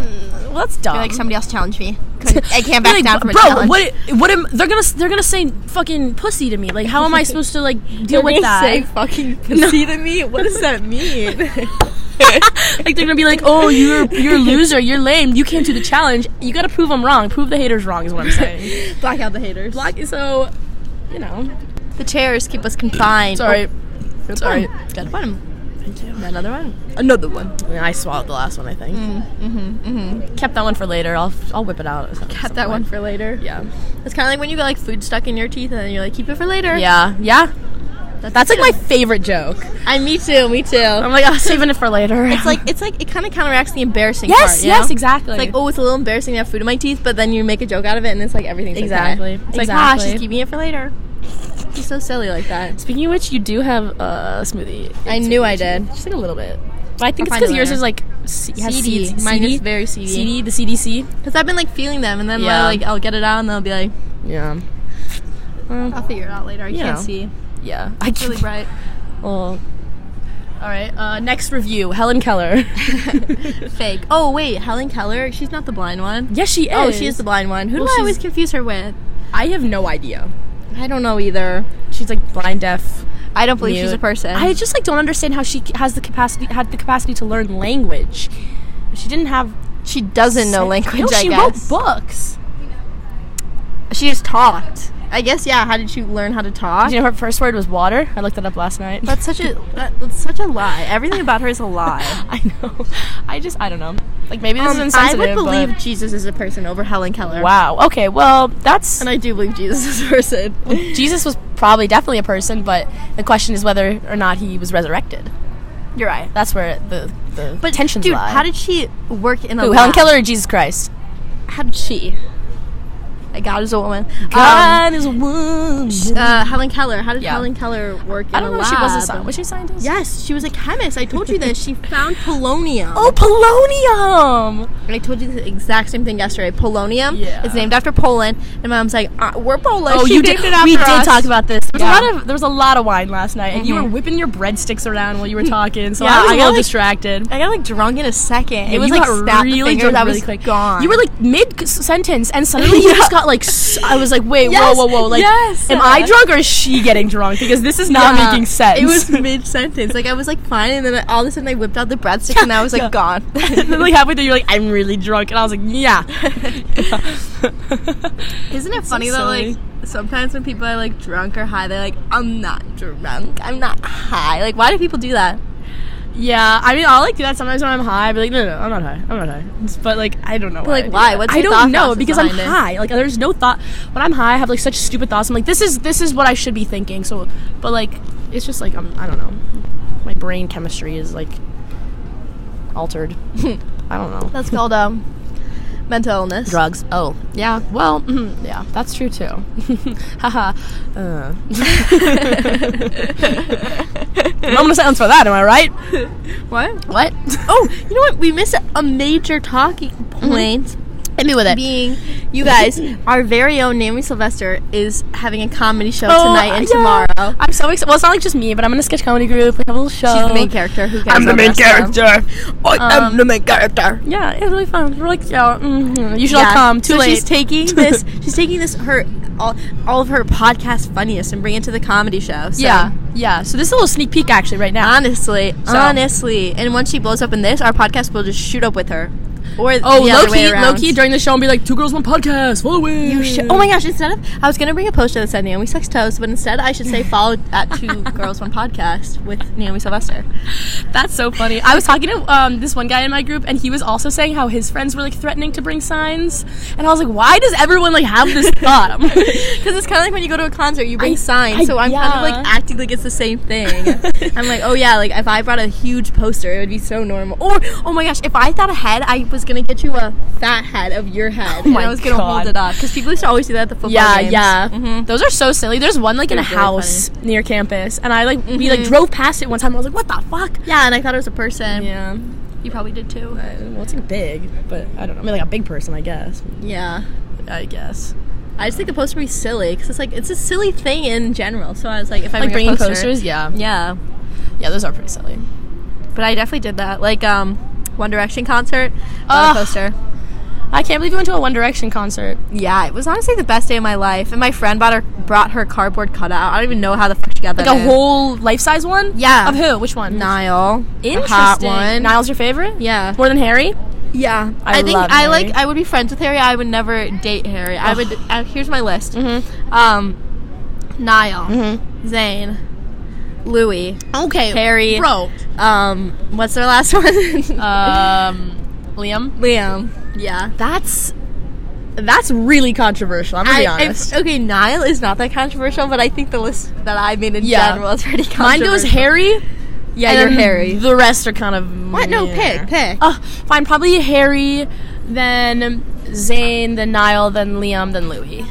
A: Well, that's dumb.
B: like somebody else challenged me. Couldn't- I can't
A: Be
B: back
A: like,
B: down from a
A: bro,
B: challenge.
A: what? What am? They're gonna. They're gonna say fucking pussy to me. Like, how am I supposed to like deal with that?
B: fucking pussy to me? What does that mean?
A: like they're gonna be like, oh, you're you're a loser. You're lame. You can't do the challenge. You gotta prove I'm wrong. Prove the haters wrong is what I'm saying.
B: Black out the haters.
A: Like, so, you know.
B: The chairs keep us confined.
A: Sorry.
B: Oh,
A: sorry.
B: Good one.
A: Another one.
B: Another one. Mm.
A: I swallowed the last one. I
B: Oh.
A: think. Mm-hmm, mm-hmm. Kept that one for later. I'll I'll whip it out.
B: Kept that one for later.
A: Yeah.
B: It's kind of like when you got like food stuck in your teeth and then you're like, keep it for later.
A: Yeah. Yeah.
B: That's,
A: That's like my favorite joke.
B: I me too. Me too.
A: I'm like, oh, saving it for later.
B: It's like it's like it kind of counteracts the embarrassing part.
A: Yes,
B: you
A: yes,
B: know?
A: exactly.
B: It's like oh, it's a little embarrassing to have food in my teeth, but then you make a joke out of it, and it's like everything's
A: Exactly.
B: Okay. It's like ah,
A: Exactly.
B: she's keeping it for later. She's so silly like that.
A: Speaking of which, you do have uh, a smoothie.
B: I knew I did.
A: Just like a little bit. But I think it's
B: I'll find
A: because
B: it
A: yours
B: later.
A: is like C- has
B: CD.
A: seeds.
B: Mine
A: CD?
B: is very CD.
A: CD, the CDC.
B: Cause I've been like feeling them, and then
A: Yeah.
B: like I'll get it out, and they'll be like,
A: Yeah.
B: I'll figure it out later. I
A: You
B: can't
A: know.
B: see.
A: Yeah. I
B: It's really bright.
A: Well, all right. Uh, next review Helen Keller.
B: Fake. Oh wait, Helen Keller. She's not the blind one.
A: yes, she is.
B: Oh, she is the blind one. Who
A: Well,
B: do I
A: she's-
B: always confuse her with?
A: I have no idea.
B: I don't know either.
A: She's like blind, deaf.
B: I don't believe she's
A: mute.
B: a person.
A: I just like don't understand how she c- has the capacity had the capacity to learn language. She didn't have.
B: she doesn't know
A: sen-
B: language.
A: No,
B: I
A: she
B: guess
A: wrote books.
B: she just talked. I guess yeah. How did she learn how to talk?
A: Do you know her first word was water? I looked that up last night.
B: That's such a that, that's such a lie. Everything about her is a lie.
A: I know. I just I don't know. Like maybe this
B: Um,
A: is
B: I
A: insensitive.
B: would believe
A: but-
B: Jesus is a person over Helen Keller.
A: Wow. Okay. Well, that's
B: And I do believe Jesus is a person.
A: Jesus was probably definitely a person, but the question is whether or not he was resurrected.
B: You're right.
A: That's where the the
B: But
A: tensions
B: dude,
A: lie.
B: how did she work in a
A: Who,
B: lab?
A: Helen Keller or Jesus Christ?
B: How did she? Like, God is a woman. Um,
A: is one.
B: uh, Helen Keller. How did
A: Yeah.
B: Helen Keller work in
A: I don't
B: a
A: know.
B: lab?
A: if She was a scientist. Was she a scientist?
B: Yes, she was a chemist. I told you this. She found polonium.
A: Oh, polonium.
B: And I told you the exact same thing yesterday. Polonium
A: Yeah.
B: is named after Poland, and my mom's like, uh, "We're Polish."
A: Oh,
B: she
A: you
B: named
A: did.
B: It after
A: we
B: us.
A: did talk about this. There was a
B: Yeah.
A: lot of there was a lot of wine last night, and you were whipping your breadsticks around while you were talking. So
B: Yeah,
A: Mm-hmm. Hmm. I was
B: I
A: a
B: got,
A: little
B: like-
A: distracted.
B: I got like drunk in a second.
A: Yeah,
B: it was
A: you
B: like
A: got
B: snap
A: really
B: the finger
A: drunk
B: that
A: really
B: was
A: quick.
B: gone.
A: You were like mid s- sentence, and suddenly you
B: Yeah.
A: just got like. s- I was like, wait,
B: Yes,
A: whoa, whoa, whoa! Like,
B: yes.
A: am I drunk or is she getting drunk? Because this is not
B: Yeah.
A: making sense.
B: It was mid sentence. Like I was like fine, and then all of a sudden I whipped out the breadstick, and I was like
A: Yeah.
B: gone.
A: and then like halfway through, you're like, I'm really drunk, and I was like, yeah.
B: Isn't it funny that
A: silly.
B: like sometimes when people are like drunk or high, they're like, "I'm not drunk. I'm not high." Like why do people do that?
A: yeah, I mean, I'll like do that sometimes when I'm high. I'll be like, no, no, no, I'm not high. I'm not high. It's- But like, I don't know. Why
B: like,
A: I do
B: why?
A: that.
B: What's
A: I
B: your
A: don't
B: thought
A: know
B: process
A: because I'm
B: behind it?
A: high. Like, there's no thought when I'm high. I have like such stupid thoughts. I'm like, this is this is what I should be thinking. So, but like, it's just like I'm. I don't know. My brain chemistry is like altered. I don't know.
B: That's called um. mental illness.
A: Drugs. Oh, yeah. Well, mhm, yeah, that's true too. Haha. uh. I'm gonna silence for that. Am I right?
B: What?
A: What?
B: Oh, you know what? We missed a major talking
A: Mm-hmm.
B: point.
A: Hit me with it.
B: Being, you guys, our very own Naomi Sylvester is having a comedy show
A: Oh,
B: tonight and
A: yeah.
B: tomorrow.
A: I'm so excited. Well, it's not like just me, but I'm in a sketch comedy group. We have a little show.
B: She's the main character. Who cares
A: I'm the
B: about
A: main
B: us, though?
C: I
A: Um,
C: the main character.
A: Yeah, it's really fun. We're like, yeah, mhm. you should all
B: Yeah.
A: come. Too
B: so
A: late.
B: She's taking this. She's taking this her all, all of her podcast funniest and bringing it to the comedy show. So.
A: yeah, yeah. So this is a little sneak peek actually right now.
B: Honestly,
A: So-
B: honestly, and once she blows up in this, our podcast will just shoot up with her. Or
A: Oh,
B: the
A: low
B: other way
A: key, low
B: around.
A: key during the show and be like, two girls, one podcast. Follow it.
B: You should. Oh my gosh! Instead of I was gonna bring a poster that said Naomi sucks toes, but instead I should say follow at Two Girls One Podcast with Naomi Sylvester.
A: That's so funny. I was talking to um, this one guy in my group, and he was also saying how his friends were like threatening to bring signs, and I was like, why does everyone like have this thought?
B: Because it's kind of like when you go to a concert, you bring
A: I-
B: signs.
A: I-
B: so I'm kind of
A: yeah.
B: like acting like it's the same thing. I'm like, oh yeah, like if I brought a huge poster, it would be so normal. Or oh my gosh, if I thought ahead, I was gonna get you a fat head of your head, and
A: my
B: I was gonna
A: God.
B: hold it up because people used to always do that at the football
A: yeah,
B: games.
A: yeah.
B: Mhm.
A: Those are so silly. There's one like in a
B: They're really
A: house near campus, and I like we like drove past it one time. I was like, what the fuck?
B: Yeah, and I thought it was a person.
A: Yeah.
B: You probably did too.
A: Well, it's like big, but I don't know. I mean, like a big person, I guess.
B: Yeah.
A: I guess.
B: I just think the poster would be silly because it's like it's a silly thing in general. So I was like, if I
A: Like
B: bring a
A: bringing
B: poster-
A: posters, yeah.
B: yeah.
A: Yeah, those are pretty silly.
B: But I definitely did that. Like um, One Direction concert,
A: Ugh.
B: bought a poster.
A: I can't believe you went to a One Direction concert.
B: Yeah, it was honestly the best day of my life. And my friend bought her brought her cardboard cutout. I don't even know how the fuck she got that.
A: Like a
B: in.
A: whole life size one?
B: Yeah.
A: Of who? Which one?
B: Nile, The
A: Interesting.
B: hot one.
A: Niall's your favorite?
B: Yeah,
A: More than Harry?
B: yeah.
A: I
B: I, think
A: love
B: I
A: Harry.
B: like. I would be friends with Harry. I would never date Harry. I would. Uh, here's my list. Mm-hmm. Um, Niall,
A: Mm-hmm.
B: Zayn, Louis,
A: Okay.
B: Harry.
A: Bro.
B: Um, what's their last one?
A: Uh, Um, Liam?
B: Liam. Yeah.
A: That's that's really controversial. I'm gonna be
B: I- if-
A: honest.
B: okay, Niall is not that controversial, but I think the list that I made in
A: Yeah.
B: general is pretty
A: Mine
B: controversial.
A: goes Harry.
B: Yeah,
A: and
B: you're
A: then
B: Harry.
A: The rest are kind of
B: What? No,
A: meh.
B: pick, pick.
A: Uh, fine, probably Harry, then Zayn, then Niall, then Liam, then Louis.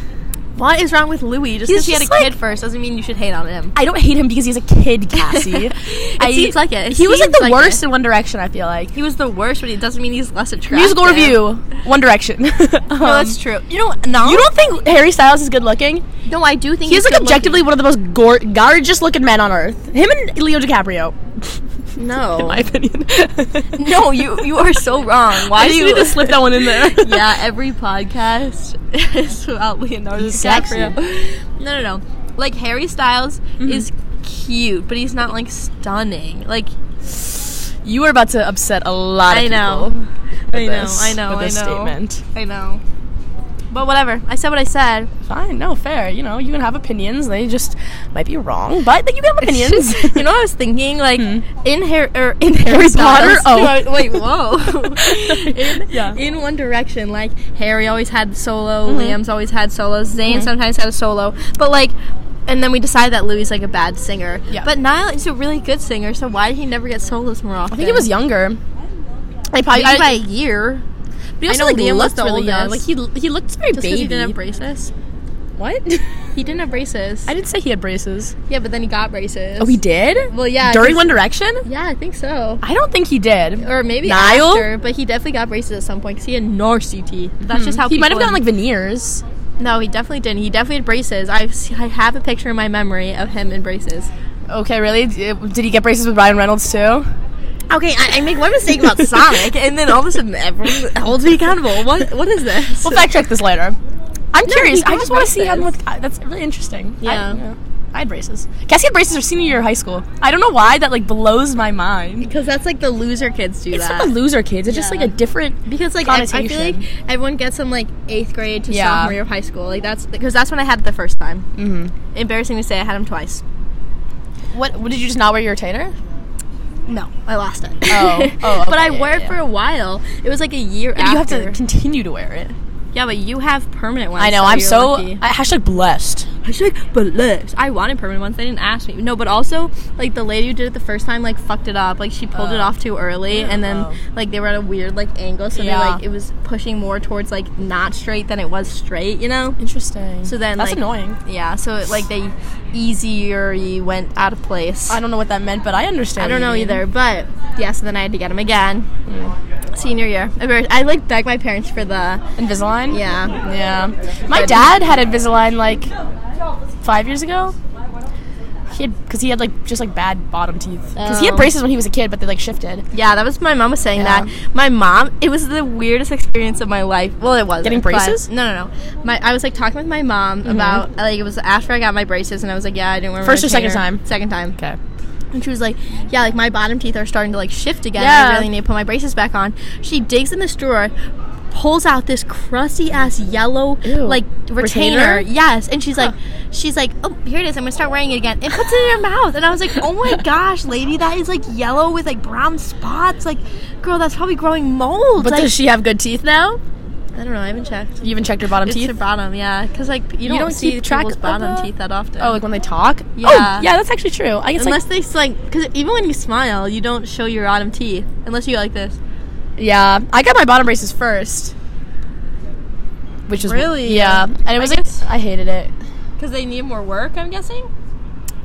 B: What is wrong with Louis? Just
A: He's
B: because he had a
A: just like-
B: kid first doesn't mean you should hate on him.
A: I don't hate him because he's a kid, Cassie.
B: It seems like it. It
A: he was like the
B: seems like
A: worst
B: it.
A: in One Direction. I feel like
B: He was the worst, but it doesn't mean he's less attractive.
A: musical review. One Direction. Um,
B: No, that's true. You know, no,
A: You don't think Harry Styles is good looking?
B: no, I do think
A: He's like
B: good
A: objectively one of the most gor gorgeous looking men on earth. Him and Leo DiCaprio,
B: looking.
A: in
B: No,
A: my opinion.
B: no, you you are so wrong. Why
A: I
B: do
A: just
B: you
A: need to slip that one in there.
B: yeah, every podcast is about Leonardo
A: He's
B: DiCaprio. No, no, no. Like Harry Styles
A: Mm-hmm.
B: is cute, but he's not like stunning. Like
A: You are about to upset a lot of
B: I know.
A: people. with
B: I know,
A: this-
B: I know,
A: with this
B: I know.
A: statement.
B: I know. But whatever. I said what I said.
A: Fine, no, fair. You know, you can have opinions. They just might be wrong, but you can have opinions. Hmm.
B: It's just- you know what I was thinking? Like in Harry or in
A: Harry
B: Harry
A: Potter?
B: Styles-
A: Oh.
B: No, wait, whoa. in,
A: Yeah. Mm-hmm.
B: in One Direction, like Harry always had solo, Liam's always had solos, Zayn sometimes had a solo, but like. And then we decided that Louis like a bad singer.
A: Yeah.
B: But Niall is a really good singer, so why did he never get solos more often?
A: I think he was younger.
B: Like probably
A: I-
B: by a year.
A: But he
B: I
A: also
B: know
A: like
B: Liam was
A: looked
B: the
A: really young. Like
B: oldest.
A: he he looked very
B: Just 'cause
A: baby.
B: he didn't have braces.
A: what?
B: He didn't have braces.
A: I didn't say he had braces.
B: yeah, but then he got braces.
A: Oh, he did.
B: Well, yeah.
A: During
B: 'cause-
A: One Direction?
B: Yeah, I think so.
A: I don't think he did.
B: or maybe
A: Niall?
B: after, but he definitely got braces at some point because he had nasty teeth. That's just how
A: Hmm. he might have
B: people
A: gotten
B: in-
A: like veneers.
B: No, he definitely didn't. He definitely had braces. I've se- I have a picture in my memory of him in braces.
A: Okay, really? D- uh, Did he get braces with Ryan Reynolds too?
B: Okay, I, I make one mistake about Sonic, and then all of a sudden everyone holds me accountable. What what is this?
A: We'll fact check this later. I'm curious.
B: he
A: I
B: got
A: just want to see him
B: braces.
A: with. I- That's really interesting. I-
B: Yeah.
A: I had braces. Cassie had braces her senior year of high school. I don't know why that like blows my mind.
B: Because that's like the loser kids do
A: It's
B: that.
A: not the loser kids. It's just
B: Yeah.
A: like a different
B: because like I, I feel like
A: Connotation.
B: everyone gets from like eighth grade to
A: Yeah.
B: sophomore year of high school. Like that's because that's when I had it the first time. Mm-hmm. Embarrassing to say, I had him twice.
A: What, what did you just not wear your retainer?
B: No, I lost it.
A: Oh. Oh,
B: but I
A: okay,
B: wore
A: yeah,
B: it
A: yeah.
B: for a while. It was like a year
A: You have
B: after.
A: to continue to wear it.
B: Yeah, but you have permanent ones.
A: I know.
B: so
A: I'm
B: you're
A: so
B: lucky.
A: I, hashtag blessed.
B: I was like, but lips. I wanted permanent ones. They didn't ask me. No, but also, like, the lady who did it the first time, like, fucked it up. Like, she pulled it
A: Oh.
B: off too early, and then,
A: Oh.
B: like, they were at a weird, like, angle. So,
A: Yeah.
B: they, like, it was pushing more towards, like, not straight than it was straight, you know?
A: Interesting.
B: So then,
A: that's
B: like,
A: annoying.
B: Yeah, so, it, like, they easier went out of place.
A: I don't know what that meant, but I understand.
B: I don't know
A: what you mean.
B: either, but yeah, so then I had to get them again. Senior year. I remember- I, like, begged my parents for the.
A: Invisalign.
B: Yeah.
A: Yeah. My
B: But-
A: dad had Invisalign like five years ago. He had because he had like just like bad bottom teeth. Because he had
B: Oh.
A: braces when he was a kid, but they like shifted.
B: Yeah, that was my mom was saying
A: Yeah.
B: that. My mom, it was the weirdest experience of my life. Well, it was
A: Getting braces? Mm-hmm.
B: No, no, no. My, I was like talking with my mom about like it was after I got my braces, and I was like, yeah, I didn't wear my
A: First or second
B: retainer.
A: time?
B: Second time.
A: Okay.
B: And she was like, yeah, like my bottom teeth are starting to like shift again. I
A: Yeah.
B: really need to put my braces back on. She digs in this drawer. Pulls out this crusty ass yellow
A: Ew.
B: like retainer.
A: Retainer?
B: yes, and she's like, she's like, oh here it is. I'm gonna start wearing it again. And puts it in her mouth, and I was like, oh my gosh, lady, that is like yellow with like brown spots. Like, girl, that's probably growing mold.
A: But
B: like,
A: does she have good teeth now?
B: I don't know. I haven't checked.
A: You haven't checked her bottom
B: It's
A: teeth.
B: her bottom, yeah, because like you,
A: don't
B: see
A: keep track
B: people's
A: of
B: bottom
A: the-
B: teeth that often.
A: Oh, like when they talk?
B: Yeah.
A: Oh, yeah, that's actually true. I guess
B: unless
A: like,
B: they s- like, because even when you smile, you don't show your bottom teeth unless you go like this.
A: yeah, I got my bottom braces first. Which was
B: Really?
A: Yeah. And it was like I hated it.
B: Because they need more work, I'm guessing.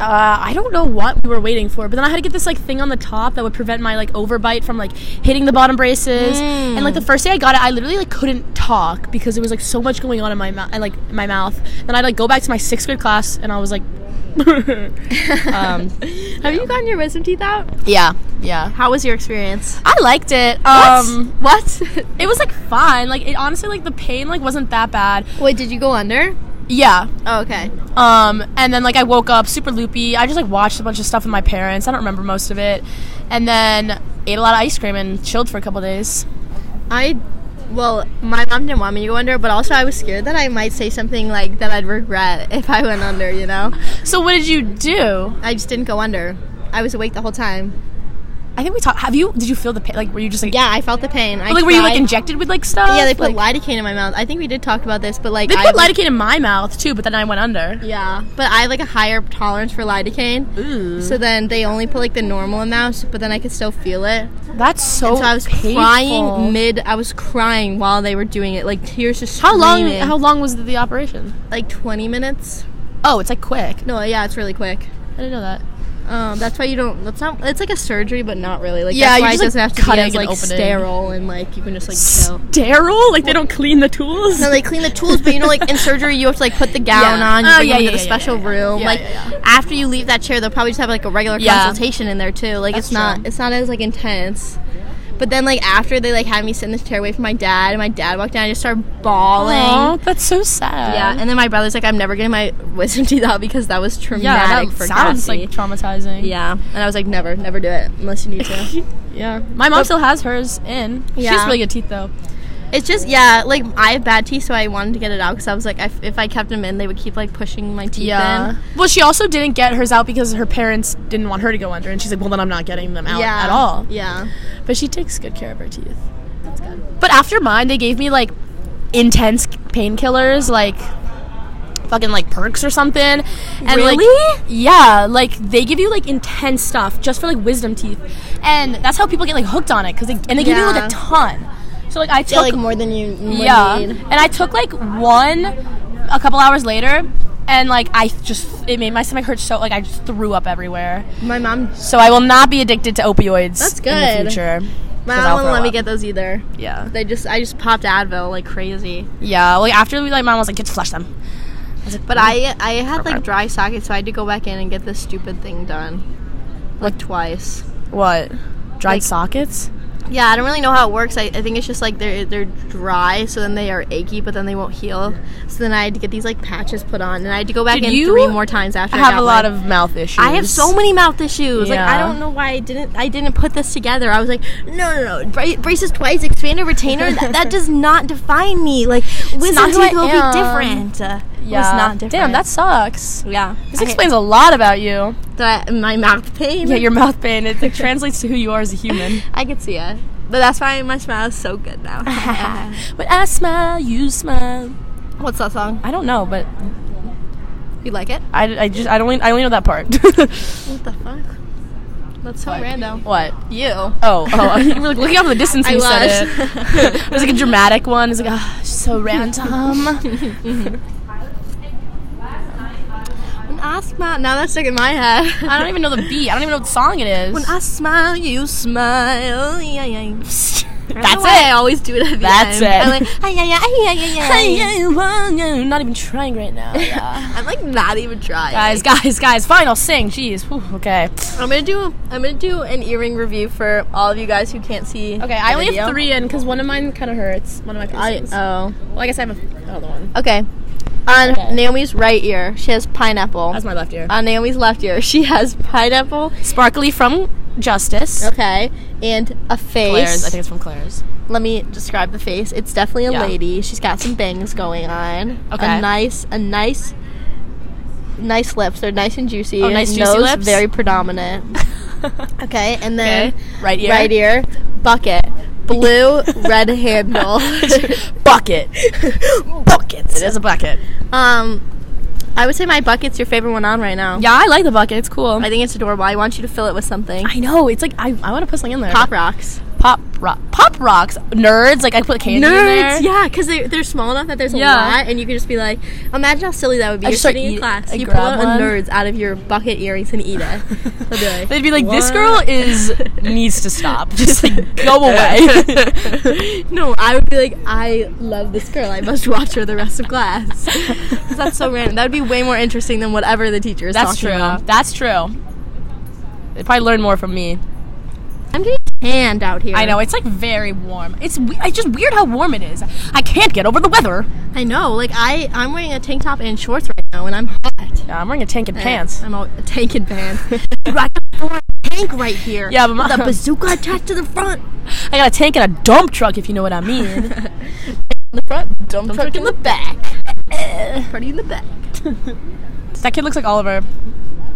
A: Uh, I don't know what we were waiting for, but then I had to get this like thing on the top that would prevent my like overbite from like hitting the bottom braces.
B: Mm.
A: And like the first day I got it, I literally like couldn't talk because there was like so much going on in my mouth, and like my mouth. Then I'd like go back to my sixth grade class, and I was like, um,
B: Have you gotten your wisdom teeth out?
A: yeah, yeah.
B: How was your experience?
A: I liked it. Um,
B: Um, what?
A: it was like fine. Like it honestly, like the pain like wasn't that bad.
B: Wait, did you go under?
A: Yeah.
B: Oh, okay.
A: Um, and then like I woke up super loopy. I just like watched a bunch of stuff with my parents. I don't remember most of it. And then ate a lot of ice cream and chilled for a couple days.
B: I, well, my mom didn't want me to go under, but also I was scared that I might say something like that I'd regret if I went under, you know?
A: So what did you do?
B: I just didn't go under. I was awake the whole time.
A: I think we talked. Have you? Did you feel the pain? Like were you just like
B: Yeah, I felt the pain. I
A: But, like were you like
B: cried.
A: injected with like stuff?
B: Yeah, they put
A: Like,
B: lidocaine in my mouth. I think we did talk about this, but like
A: they
B: I
A: put lidocaine in my mouth too, but then I went under.
B: Yeah, but I have like a higher tolerance for lidocaine.
A: Ooh,
B: So then they only put like the normal amount, but then I could still feel it.
A: that's so.
B: And so I was
A: painful.
B: crying mid. I was crying while they were doing it, like tears just.
A: how long?
B: streaming.
A: How long was the, the operation?
B: Like twenty minutes.
A: Oh, it's like quick.
B: No, yeah, it's really quick.
A: I didn't know that.
B: Um, that's why you don't. That's not. It's like a surgery, but not really. Like
A: Yeah,
B: that's
A: you
B: why
A: just,
B: it
A: like,
B: doesn't have to
A: cut
B: be
A: it and
B: as like
A: open it.
B: sterile and like you can just like chill.
A: Sterile? Like they don't clean the tools?
B: No, they clean the tools, but you know, like in surgery, you have to like put the gown
A: Yeah.
B: on. You
A: Oh,
B: bring
A: yeah,
B: them
A: yeah,
B: to the
A: yeah,
B: special room.
A: Yeah,
B: like
A: yeah,
B: after you leave that chair, they'll probably just have like a regular
A: Yeah.
B: consultation in there too. Like
A: That's
B: it's not,
A: true.
B: it's not as like intense. But then like after they like had me sit in this chair away from my dad, and my dad walked in, I just started bawling.
A: Aw, that's so sad.
B: Yeah, and then my brother's like, I'm never getting my wisdom teeth out because that was traumatic
A: yeah, that
B: for
A: sounds
B: Cassie.
A: like traumatizing.
B: yeah, and I was like, never, never do it unless you need to.
A: yeah. My mom still has hers in. She has
B: Yeah.
A: really good teeth though.
B: It's just yeah, like I have bad teeth, so I wanted to get it out because I was like, I, if I kept them in, they would keep like pushing my teeth in.
A: Well, she also didn't get hers out because her parents didn't want her to go under, and she's like, "Well, then I'm not getting them out at all."
B: Yeah,
A: But she takes good care of her teeth. That's good. But after mine, they gave me like intense painkillers, like fucking like perks or something. And
B: Really?
A: like yeah, like they give you like intense stuff just for like wisdom teeth. And that's how people get like hooked on it cuz they and they give you like
B: Yeah.
A: a ton. So like I took
B: more than you would
A: yeah. And I took like one a couple hours later and like I just it made my stomach hurt so like I just threw up everywhere.
B: My mom,
A: So I will not be addicted to opioids
B: That's
A: in
B: good.
A: the future.
B: my
A: 'cause
B: mom
A: I'll
B: wouldn't
A: throw
B: let me
A: up.
B: get those either.
A: yeah.
B: They just, I just popped Advil like crazy.
A: Yeah, like after we like mom was like, get to flush them. I was like,
B: But
A: "Mm,
B: I, I had
A: Okay.
B: like dry socket, so I had to go back in and get this stupid thing done, like twice.
A: what? Dried
B: like-
A: sockets?
B: Yeah, I don't really know how it works. I, I think it's just like they're they're dry, so then they are achy, but then they won't heal. So then I had to get these like patches put on, and I had to go back
A: Did
B: in
A: you
B: three more times after.
A: I
B: I
A: have
B: got
A: a lot
B: mine.
A: of mouth issues.
B: I have so many mouth issues. Like I
A: Yeah.
B: don't know why I didn't I didn't put this together. I was like, no, no, no, bra- braces twice, expander, retainer. that, that does not define me. Like wisdom
A: not who
B: teeth
A: I
B: will
A: am.
B: be different. Uh, it was
A: Yeah.
B: not different.
A: Damn, that sucks.
B: yeah.
A: This
B: I-
A: explains a lot about you.
B: that my mouth pain.
A: Yeah, your mouth pain. It like, translates to who you are as a human.
B: I could see it. But that's why my smile is so good now.
A: When I smile, you smile.
B: What's that song?
A: I don't know, but
B: You like it?
A: I, I just I don't I only know that part.
B: What the fuck? That's so random.
A: what?
B: You.
A: Oh, oh! You were like looking out of the distance when
B: I
A: you said
B: was.
A: it. it was like a dramatic one. It's like, ah, so random.
B: When I smile, now that's stuck in my head.
A: I don't even know the beat. I don't even know what song it is.
B: When I smile, you smile. Yeah, yeah.
A: That's
B: That's why I
A: it.
B: always do it at the
A: That's
B: end.
A: it.
B: I'm like, "Ay, yeah, yeah, ay, yeah, yeah,
A: Hey,
B: yeah."
A: yeah, well, yeah, I'm not even trying right now. Yeah.
B: I'm like not even trying.
A: guys, guys, guys! Fine, I'll sing. Jeez. Whew, okay.
B: I'm gonna do I'm gonna do an earring review for all of you guys who can't see.
A: Okay, I only have three in because one of mine kind of hurts. One of my
B: I
A: piercings.
B: oh.
A: well, I guess I have a, another one.
B: Okay. On
A: Okay.
B: Naomi's right ear, she has pineapple.
A: That's my left ear.
B: On Naomi's left ear, she has pineapple.
A: Sparkly from Justice.
B: Okay, and a face.
A: Claire's. I think it's from Claire's.
B: Let me describe the face. It's definitely a
A: Yeah.
B: lady. She's got some bangs going on.
A: Okay.
B: A nice, a nice, nice lips. They're nice and juicy.
A: Oh, nice juicy
B: Nose
A: lips?
B: Very predominant. Okay, and then
A: okay. Right ear.
B: right ear, bucket, blue, red handle.
A: bucket. It
B: Buckets.
A: is a bucket.
B: Um, I would say my bucket's your favorite one on right now.
A: Yeah, I like the bucket. It's cool.
B: I think it's adorable. I want you to fill it with something.
A: I know. It's like I, I want to put something in there.
B: Pop rocks.
A: pop rock pop rocks nerds. Like I put candy in there.
B: yeah, because they, they're small enough that there's
A: Yeah.
B: a lot, and you can just be like, imagine how silly that would be.
A: I
B: You're
A: just start
B: sitting in
A: eat-
B: class,
A: I
B: you pull
A: grab
B: out a
A: one.
B: nerds out of your bucket earrings and eat it. They'll be like,
A: They'd be like, this
B: "What?"
A: girl is needs to stop. Just like go away.
B: no, I would be like, I love this girl. I must watch her the rest of class. 'Cause that's so random. That would be way more interesting than whatever the teacher is
A: That's true.
B: talking about.
A: That's true. They probably learn more from me.
B: I'm getting tanned out here.
A: I know it's like very warm. It's we- it's just weird how warm it is. I can't get over the weather.
B: I know. Like I, I'm wearing a tank top and shorts right now, and I'm hot.
A: Yeah, I'm wearing a tank and pants.
B: I'm all tank and pants. Dude, I got a full-on tank right here.
A: Yeah, but my-
B: with a bazooka attached to the front.
A: I got a tank and a dump truck, if you know what I mean.
B: The front, dump,
A: truck in the
B: back. Eh. Party in the back.
A: that kid looks like Oliver,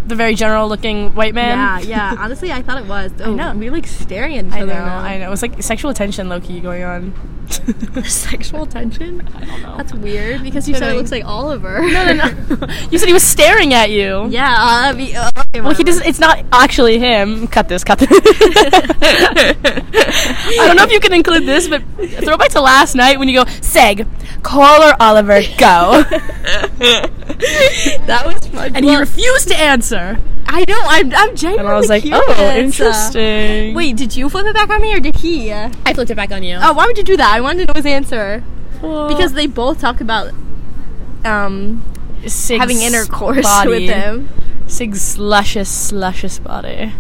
A: the very general-looking white man.
B: Yeah, yeah. Honestly, I thought it was. Oh,
A: know.
B: We're like staring at each
A: I
B: other
A: know.
B: now.
A: I know. It's like sexual attention, low key, going on.
B: Sexual tension. I don't know. That's weird because you said it
A: kidding.
B: looks like Oliver. No, no, no.
A: you said he was staring at you.
B: yeah. I'll be, uh,
A: Well, he doesn't. It's not actually him. Cut this. Cut this. I don't know if you can include this, but throw back to last night when you go seg, call her Oliver, go,
B: that was fun.
A: and he refused to answer.
B: I know. I'm. I'm genuinely
A: And I was like, oh,
B: curious. Uh,
A: interesting.
B: Wait, did you flip it back on me or did he?
A: I flipped it back on you
B: Oh, why would you do that? I wanted to know his answer because
A: because
B: they both talk about um
A: Sig's
B: having intercourse
A: body,
B: with him.
A: Sig's luscious, luscious body.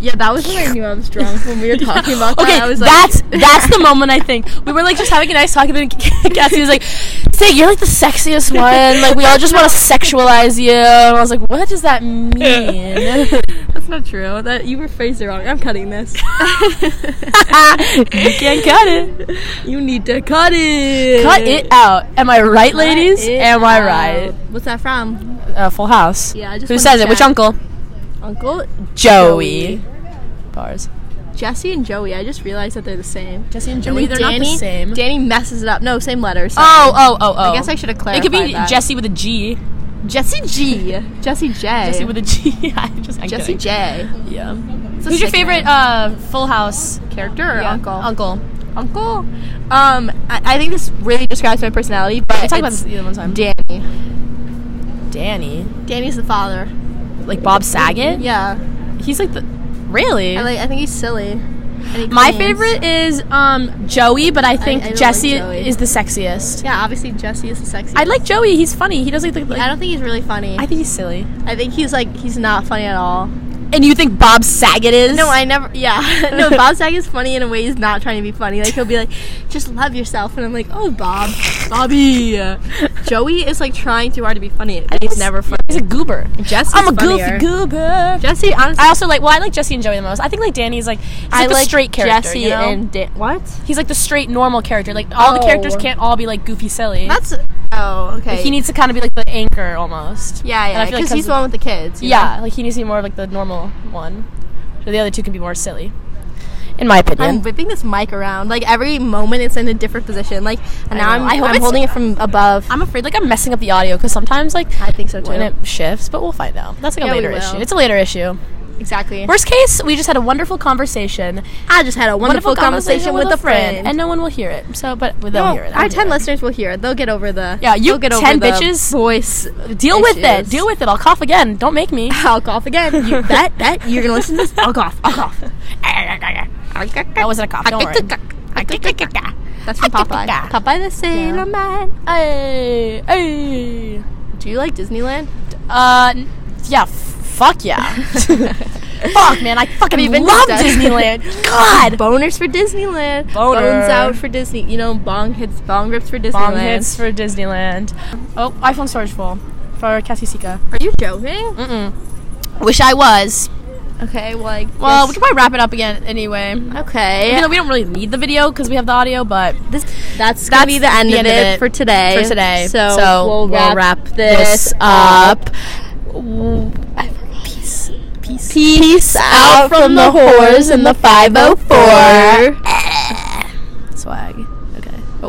B: Yeah, that was when I knew I was drunk when we were talking about that.
A: okay,
B: I was
A: that's
B: like,
A: that's the moment I think we were like just having a nice talk, and then Cassie was like, "Sig, you're like the sexiest one. Like we all just want to sexualize you." And I was like, "What does that mean?"
B: that's not true. That you were phrased it wrong. I'm cutting this.
A: you can't cut it.
B: you need to cut it.
A: Cut it out. Am I right,
B: Cut
A: ladies?
B: it
A: Am I
B: out.
A: right?
B: What's that from?
A: Uh, full House.
B: Yeah, I just
A: Who
B: wanna
A: says it? Which
B: check.
A: uncle?
B: Uncle
A: Joey. Bars.
B: Jesse and Joey. I just realized that they're the same.
A: Jesse and
B: And then Danny, Danny messes it up. No, same letters.
A: Oh, oh, oh, oh.
B: I guess I should have
A: It
B: clarified.
A: could be
B: that.
A: Jesse with a G.
B: Jesse G. Jesse J.
A: Jesse with a G. I just, I'm
B: Jesse
A: kidding.
B: J.
A: Yeah.
B: It's a
A: Who's your
B: sick
A: favorite
B: name.
A: uh, Full House
B: character or uncle?
A: Uncle.
B: Uncle. Um, I, I think this really describes my personality, but
A: I talked about
B: it's
A: this the other one time.
B: Danny.
A: Danny,
B: Danny's the father.
A: like Bob Saget.
B: Yeah.
A: He's like the really.
B: I like. I think he's silly. And he
A: My
B: cleans.
A: favorite is um, Joey, but I think
B: I don't
A: Jesse
B: like Joey.
A: is the sexiest.
B: Yeah, obviously Jesse is the sexiest.
A: I like Joey. He's funny. He does like the. Like,
B: I don't think he's really funny.
A: I think he's silly.
B: I think he's like he's not funny at all.
A: And you think Bob Saget is?
B: No, I never. Yeah, no. Bob Saget is funny in a way he's not trying to be funny. Like he'll be like, "Just love yourself," and I'm like, "Oh, Bob, Bobby." Joey is like trying too hard to be funny, but he's
A: guess-
B: never funny.
A: He's a goober.
B: Jesse's
A: I'm a
B: funnier.
A: goofy goober.
B: Jesse, honestly,
A: I also like. Well, I like Jesse and Joey the most. I think like Danny's like. He's like the straight character.
B: Jesse
A: you know?
B: and Dan- what?
A: he's like the straight normal character. Like all the
B: Oh.
A: characters can't all be like goofy silly.
B: That's oh okay.
A: he needs to kind of be like the anchor almost.
B: yeah
A: And I
B: yeah
A: feel like
B: because
A: comes
B: he's the one with the kids. you
A: Yeah, like he needs to be more of like the normal one. So the other two can be more silly. And in my opinion.
B: I'm whipping this mic around. Like every moment, it's in a different position. Like and now
A: know.
B: I'm,
A: I hope
B: I'm
A: it's-
B: holding it from above.
A: I'm afraid like I'm messing up the audio because sometimes like
B: I think so,
A: when
B: too.
A: it shifts, but we'll find out. That's like
B: Yeah,
A: a
B: we
A: later
B: will.
A: issue. It's a later issue.
B: exactly.
A: Worst case, we just had a wonderful conversation.
B: I just had a wonderful, conversation, with, a friend.
A: and no one will hear it. So, but they'll
B: No,
A: hear it.
B: our
A: I'll
B: ten
A: hear it.
B: listeners will hear it. They'll get over the
A: Yeah, you
B: they'll get
A: 10
B: over the
A: bitches.
B: voice.
A: Deal with it.
B: issues.
A: Deal with it. I'll cough again. Don't make me.
B: I'll cough again. You, that that you're gonna listen to this. I'll cough. I'll cough.
A: That wasn't a cough. Don't worry.
B: That's from Popeye. Popeye the Sailor
A: Yeah.
B: Man.
A: Hey, hey.
B: Do you like Disneyland?
A: Uh, n- yeah. f- Fuck yeah. fuck man, I fucking
B: you been to
A: love
B: Disney-
A: Disneyland. God.
B: Boners for Disneyland.
A: Boner.
B: Bones out for Disney. You know, bong hits, bong rips for Disneyland.
A: Bomb hits for Disneyland. Oh, iPhone storage full for Cassie Sika.
B: Are you joking?
A: Wish I was.
B: Okay, well, I
A: Well, we
B: guess-
A: can probably wrap it up again anyway.
B: okay.
A: You know, we don't really need the video because we have the audio, but
B: this, that's gonna
A: that's
B: be the end,
A: the
B: of,
A: end of
B: it
A: it
B: for today.
A: for today.
B: so,
A: So
B: we'll,
A: we'll
B: wrap,
A: wrap
B: this,
A: this
B: up.
A: peace, peace.
B: Peace, out from the oh whores in the 504. Eh.
A: Swag. Okay.